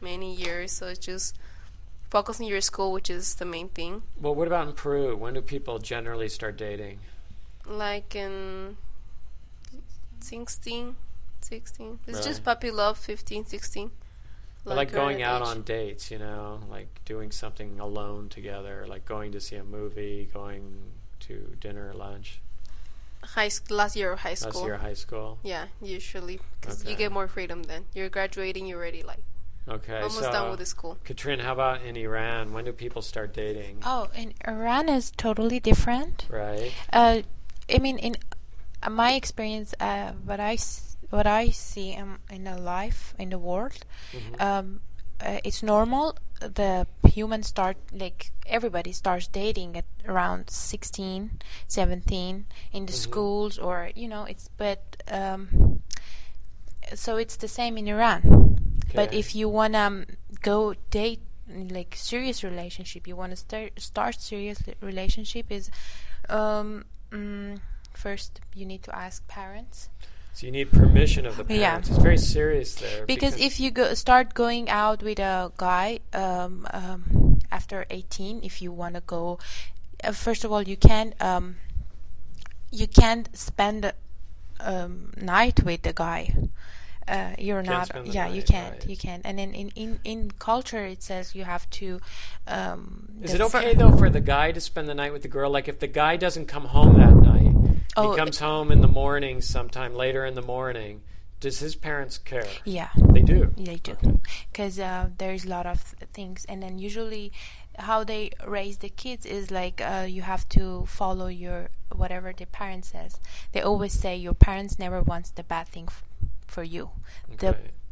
many years so it's just focus on your school which is the main thing Well, what about in Peru? When do people generally start dating? like in 16, 16. It's Really? just puppy love, 15, 16. But like going around out that on age. dates, you know, like doing something alone together, like going to see a movie, going to dinner, lunch. high sc- last year of high That's school. your high school. Yeah, usually because Okay. you get more freedom then. You're graduating, you're already like Okay, almost so done with the school. Katrin, how about in Iran? When do people start dating? Oh, in Iran is totally different. Right. Uh, I mean, in uh, my experience, uh, what I s- what I see um, in the life in the world, Mhm. um, uh, it's normal. The humans start like everybody starts dating at around 16, 17 in the Mhm. schools or you know it's but um, so it's the same in Iran. But Okay. if you wanna um, go date like serious relationship, you wanna start start serious li- relationship is um mm, first you need to ask parents So you need permission of the Yeah. parents. It's very serious there. because if you go start going out with a guy um, um after 18 if you wanna go uh, first of all you can't um you can't spend um night with the guy uh, you're Can't not spend the yeah you night, can't right. you can't and then in, in in culture it says you have to um Is the it fir- okay though for the guy to spend the night with the girl? Like if the guy doesn't come home that night, Oh, he comes home in the morning sometime later in the morning. Does his parents care? yeah They do. They do, because uh, there's a lot of th- things, and then usually, how they raise the kids is like uh, you have to follow your whatever the parent says. They always say your parents never wants the bad thing f- for you. The Okay.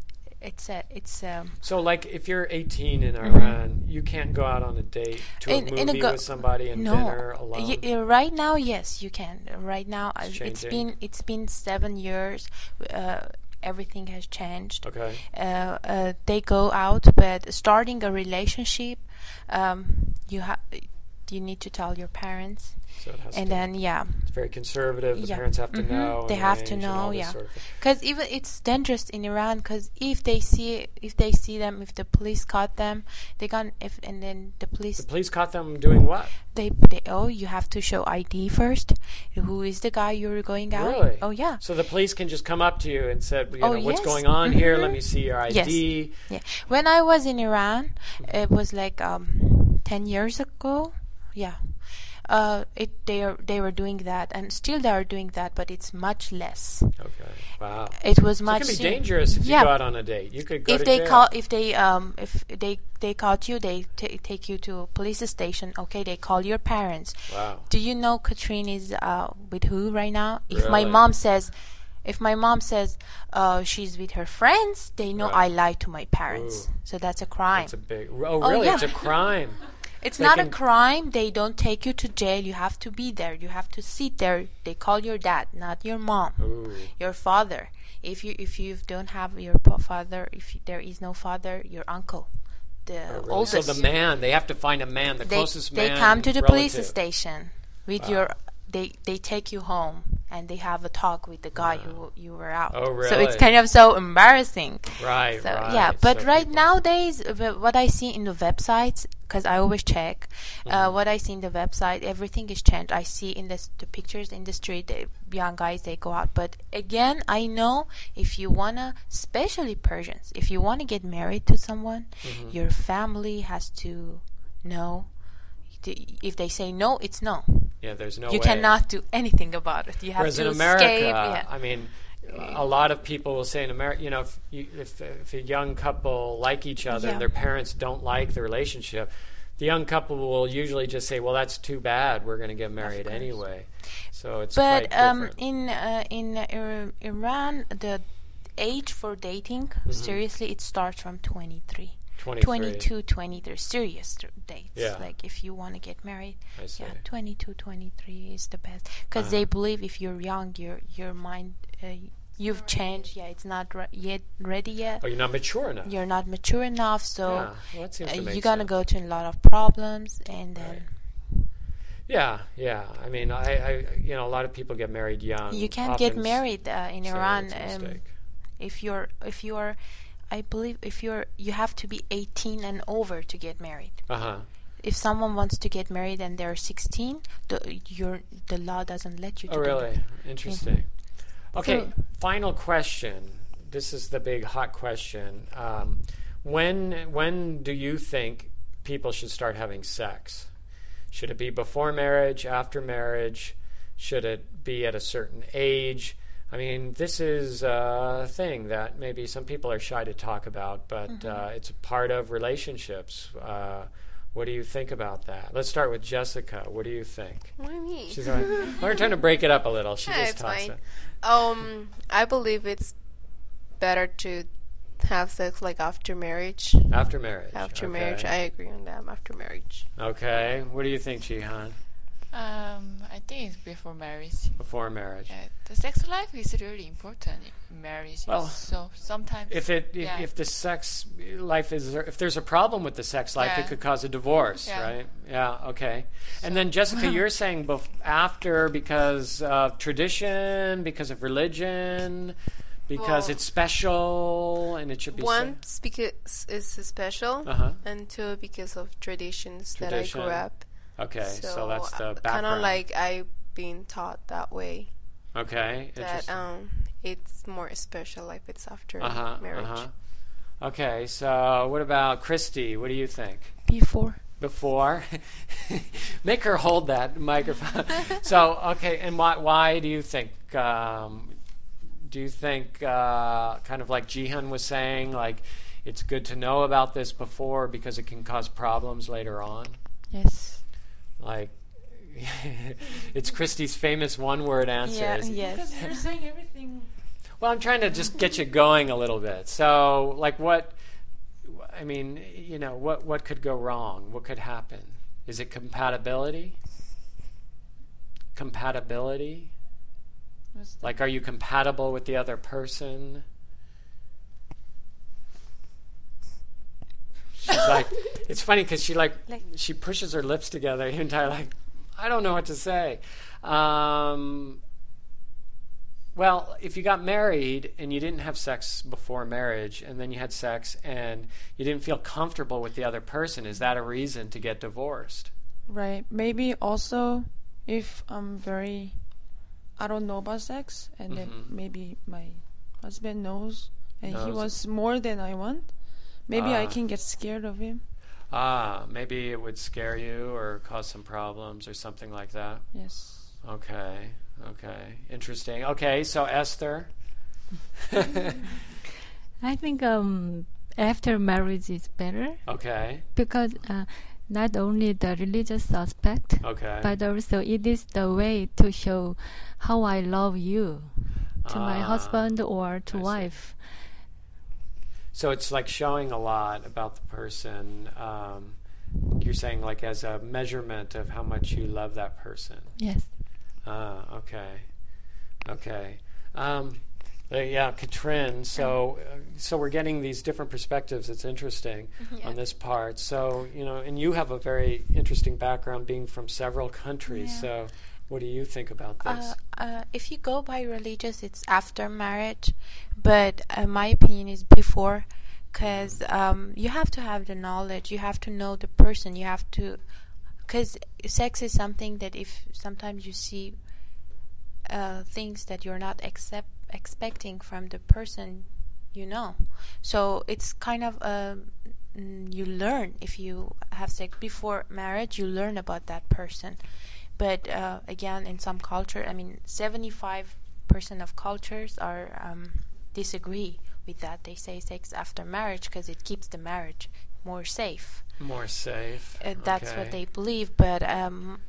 it's a it's um So, like, if you're 18 in Mhm. Iran, you can't go out on a date to a In- movie in a go- with somebody and no dinner alone. Y- uh, right now yes you can right now uh, It's it's changing. been it's been seven years uh, everything has changed okay. uh, uh, they go out, but starting a relationship, um, you have you need to tell your parents, So it has and to, then yeah, it's very conservative. The yeah. parents have to Mhm. know. They and have to age and know, all this yeah. sort of thing. because even it's dangerous in Iran. Because if they see if they see them, if the police caught them, they gone. If and then the police, The police caught them doing what? they they oh you have to show ID first. Who is the guy you're going out? Really? Oh yeah. So the police can just come up to you and said, you know, Oh, what's yes. going on here? Let Mhm. me see your Yes. ID. Yeah. When I was in Iran, it was like um, ten years ago. Yeah. Uh, it they are they were doing that, and still they are doing that, but it's much less. Okay. Wow. It was So it much. can be sooner. dangerous if yeah. you go out on a date. You could go if to they jail. call, if they um, if they they caught you, they ta take you to a police station. Okay, they call your parents. Wow. Do you know Katrine is uh, with who right now? If my Really? mom says, if my mom says uh, she's with her friends, they know I Right. lied to my parents. Ooh. So that's a crime. It's a big. Oh, really? It's a yeah. crime. It's They not a can- crime. They don't take you to jail. You have to be there. You have to sit there. They call your dad, not your mom, Ooh. Oh, your father. If you if you don't have your pa- father, if you- there is no father, your uncle, the Oh, really? So oldest. the man, they have to find a man, the they, closest they man. come to the police relative. station with Wow. your. They they take you home and they have a talk with the guy who you were out. Oh, So really? it's kind of so embarrassing. Right, So, right. Yeah, but So right people- nowadays, wh- what I see in the websites, because I always check, uh, Mm-hmm. what I see in the website, everything is changed. I see in the, s- the pictures in the street, the young guys they go out. But again, I know if you wanna, especially Persians, if you wanna get married to someone, Mm-hmm. your family has to know. The- If they say no, it's no. Yeah, there's no you way. cannot do anything about it. You have Whereas to in America, escape. Yeah. I mean, a lot of people will say in America, you know, if, you, if, if a young couple like each other Yeah. and their parents don't like the relationship, the young couple will usually just say, well, that's too bad. We're going to get married anyway. So it's But quite um, different. in uh, in uh, Iran, the age for dating Mm-hmm. seriously it starts from 23. 23. 22, 23, serious th- dates. Yeah. Like if you want to get married, I see. Uh-huh. yeah, 22, 23 is the best because they believe if you're young, your your mind, uh, you've changed. Yeah, it's not re- yet ready yet. Oh, you're not mature enough. You're not mature enough, so Yeah, well, that seems uh, to make you're gonna sense. go to a lot of problems, and then Right. Yeah, yeah. I mean, I, I, you know, a lot of people get married young. you can't Often get s- married uh, in say Iran. it's a Um, mistake. if you're if you're i believe if you're you have to be 18 and over to get married uh-huh. if someone wants to get married and they're 16, the your the law doesn't let you. Oh, to do really? that. Mm-hmm. Interesting. Okay, So- final question. This is the big hot question. Um, when when do you think people should start having sex? Should it be before marriage, after marriage? Should it be at a certain age? I mean, this is a thing that maybe some people are shy to talk about, but Mm-hmm. uh, it's a part of relationships. Uh, what do you think about that? Let's start with Jessica. What do you think? Why me? She's like, we're trying to break it up a little. She Yeah, just it's talks fine. it. Um, I believe it's better to have sex like after marriage. after marriage. After okay. marriage, I agree on that. After marriage, okay. What do you think, Jihan? Um, I think it's before marriage. Before marriage. Yeah, the sex life is really important in marriage. Well, so sometimes If it if, yeah. if the sex life is if there's a problem with the sex life, it Yeah. could cause a divorce, Yeah. right? Yeah. Okay. And then [LAUGHS] Jessica, you're saying bef- after because of tradition, because of religion, because Well- it's special and it should be one because it's special, Uh huh. and two because of traditions that I Tradition. grew up. Okay. So, that's the kind of background. like I've been taught that way. okay. That Interesting. um, it's more special if it's after uh-huh, marriage. Uh-huh. Okay, so what about Christy? What do you think? Before. Before, [LAUGHS] make her hold that [LAUGHS] microphone. so okay, and why? Why do you think? Um, do you think uh, kind of like Jihan was saying, like it's good to know about this before because it can cause problems later on? Yes. Like [LAUGHS] it's Christy's famous one-word answer. Yeah. is Yes. You're saying everything. Well, I'm trying to just get you going a little bit. So, like, what? I mean, you know, what what could go wrong? What could happen? Is it compatibility? Compatibility? What's that? Like, are you compatible with the other person? She's like, it's funny because she like, she pushes her lips together and I like, I don't know what to say. Um, well, if you got married and you didn't have sex before marriage and then you had sex and you didn't feel comfortable with the other person, is that a reason to get divorced? Right. Maybe also if I'm very I don't know about sex and then Mhm. maybe my husband knows and he Knows. wants more than I want. Maybe I Ah. can get scared of him. Ah, maybe it would scare you or cause some problems or something like that. Yes. Okay. Okay. Interesting. Okay. So Esther. [LAUGHS] I think um, after marriage is better okay. because uh, not only the religious aspect, Okay. but also it is the way to show how I love you to my Ah. husband or to I see. wife. So it's like showing a lot about the person. Um, you're saying like as a measurement of how much you love that person. Yes. Ah, okay, okay. Um, uh, yeah, Katrin. So, uh, so we're getting these different perspectives. It's interesting Mm-hmm. on this part. So, you know, and you have a very interesting background, being from several countries. Yeah. So, what do you think about Uh, this? uh, if you go by religious, it's after marriage, but uh, my opinion is before, because um, you have to have the knowledge, you have to know the person, you have to, because sex is something that if sometimes you see uh, things that you're not accept expecting from the person, you know, so it's kind of a mm, you learn if you have sex before marriage you learn about that person but uh, again in some culture i mean 75% of cultures are um, disagree with that they say sex after marriage because it keeps the marriage more safe More safe. uh, that's what Okay. they believe but um,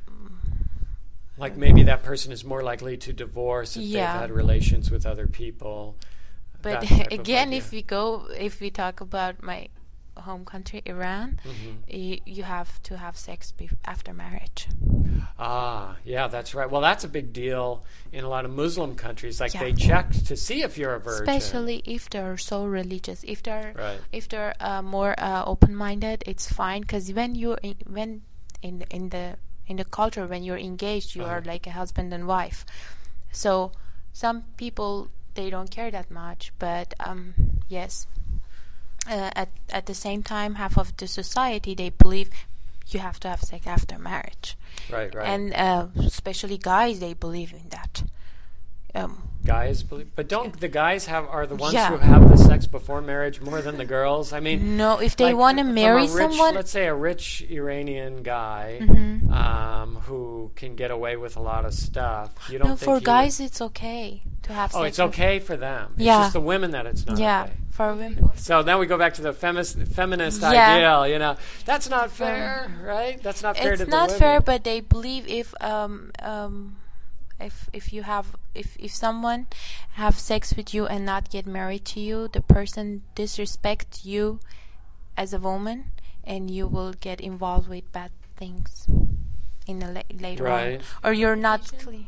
like. Maybe that person is more likely to divorce if Yeah. they've had relations with other people. but [LAUGHS] that type of again idea. if we go if we talk about my home country iran Mhm. you, you have to have sex bef after marriage Ah, yeah, that's right. Well, that's a big deal in a lot of Muslim countries. Like Yeah. they check to see if you're a virgin. especially if they're so religious if they're Right. if they're uh, more uh, open-minded it's fine because when you in, when in in the in the culture when you're engaged you are Uh-huh. like a husband and wife so some people they don't care that much but um yes uh, at at the same time half of the society they believe you have to have sex after marriage. Right, right. And uh, especially guys, they believe in that. Um, guys believe, but don't the guys have are the ones Yeah. who have the sex before marriage more than the girls? I mean, no, if they like, want to from a marry rich- someone, let's say a rich Iranian guy Mhm. um, who can get away with a lot of stuff. You don't no, think for he- guys it's okay to have sex. Oh, it's with- okay for them. It's Yeah. just the women that it's not Yeah, okay. for women. So then we go back to the femis- feminist Yeah. ideal, you know. That's not fair, right? That's not fair to the it's not women. fair but they believe if um um if if you have if if someone have sex with you and not get married to you the person disrespect you as a woman and you will get involved with bad things in the la- later Right. on or you're not clean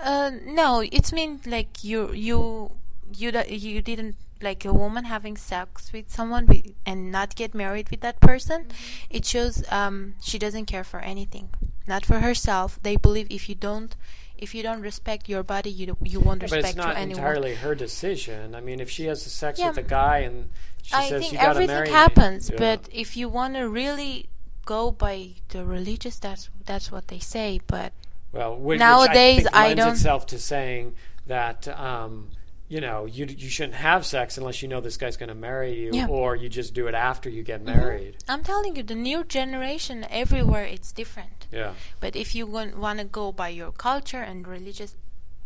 uh no it's mean like you you you do- you didn't like a woman having sex with someone be- and not get married with that person it shows um she doesn't care for anything not for herself they believe if you don't if you don't respect your body you don't- you won't but respect it's not to anyone entirely her decision. I mean, if she has the sex Yeah. with a guy and she I says think you got to everything marry happens, me, but if you want to really go by the religious, that's that's what they say. But well, whi- which, nowadays, I, think I lends don't- itself to saying that um, you know you you shouldn't have sex unless you know this guy's going to marry you, Yeah. Mm-hmm. or you just do it after you get married. I'm telling you, the new generation everywhere it's different. Yeah. But if you want to go by your culture and religious,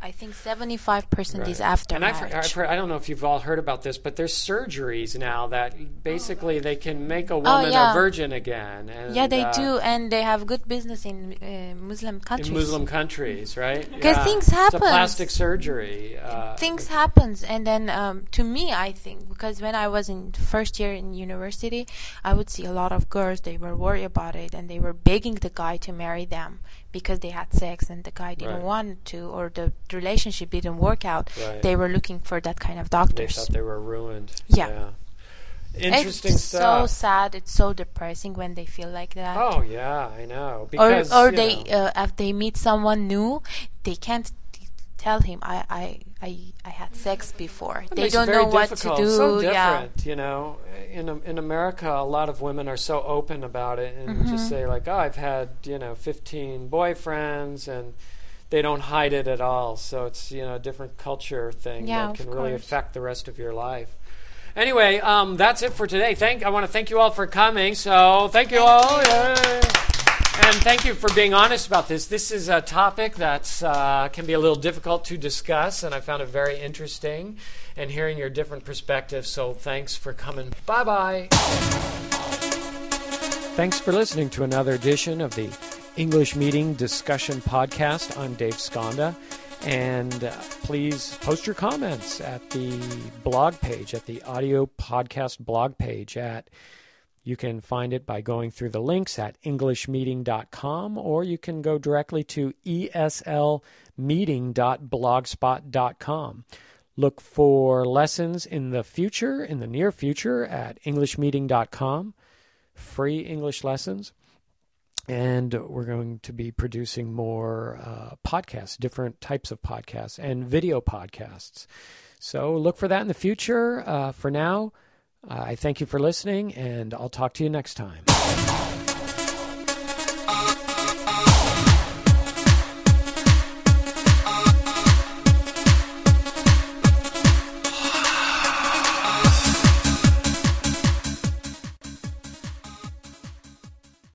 I think 75 percent is Right. after and I've, marriage. heard- I've heard, I don't know if you've all heard about this, but there's surgeries now that basically they can make a woman a Oh, yeah. virgin again. And, yeah, they uh, do, and they have good business in uh, Muslim countries. in Muslim countries, right? 'Cause things happen. It's a plastic surgery. Uh, things happens and then um, to me i think because when i was in first year in university i would see a lot of girls they were worried about it and they were begging the guy to marry them because they had sex and the guy didn't Right. want to or the relationship didn't work out Right. they were looking for that kind of They doctors thought they were ruined. Yeah. Interesting it's stuff. so sad it's so depressing when they feel like that Oh yeah, I know. or Because or you they know, uh, if they meet someone new, they can't t- tell him I I I, I had sex before. It they makes it don't very know what to difficult, do. So yeah. different, you know. In in America, a lot of women are so open about it and Mm-hmm. just say like, "Oh, I've had you know 15 boyfriends," and they don't hide it at all. So it's you know a different culture thing Yeah, that of can really course. affect the rest of your life. Anyway, um, that's it for today. Thank I want to thank you all for coming. So thank you all. Yeah. And thank you for being honest about this. This is a topic that uh, can be a little difficult to discuss, and I found it very interesting and hearing your different perspectives. So thanks for coming. Bye bye. Thanks for listening to another edition of the English Meeting Discussion Podcast. I'm Dave Skonda. And uh, please post your comments at the blog page, at the audio podcast blog page at you can find it by going through the links at EnglishMeeting.com or you can go directly to E ESLMeeting.blogspot.com. Look for lessons in the future, in the near future, at EnglishMeeting.com, free English lessons. And we're going to be producing more uh, podcasts, different types of podcasts, and video podcasts. So look for that in the uh, future. Uh, for now, I thank you for listening, and I'll talk to you next time.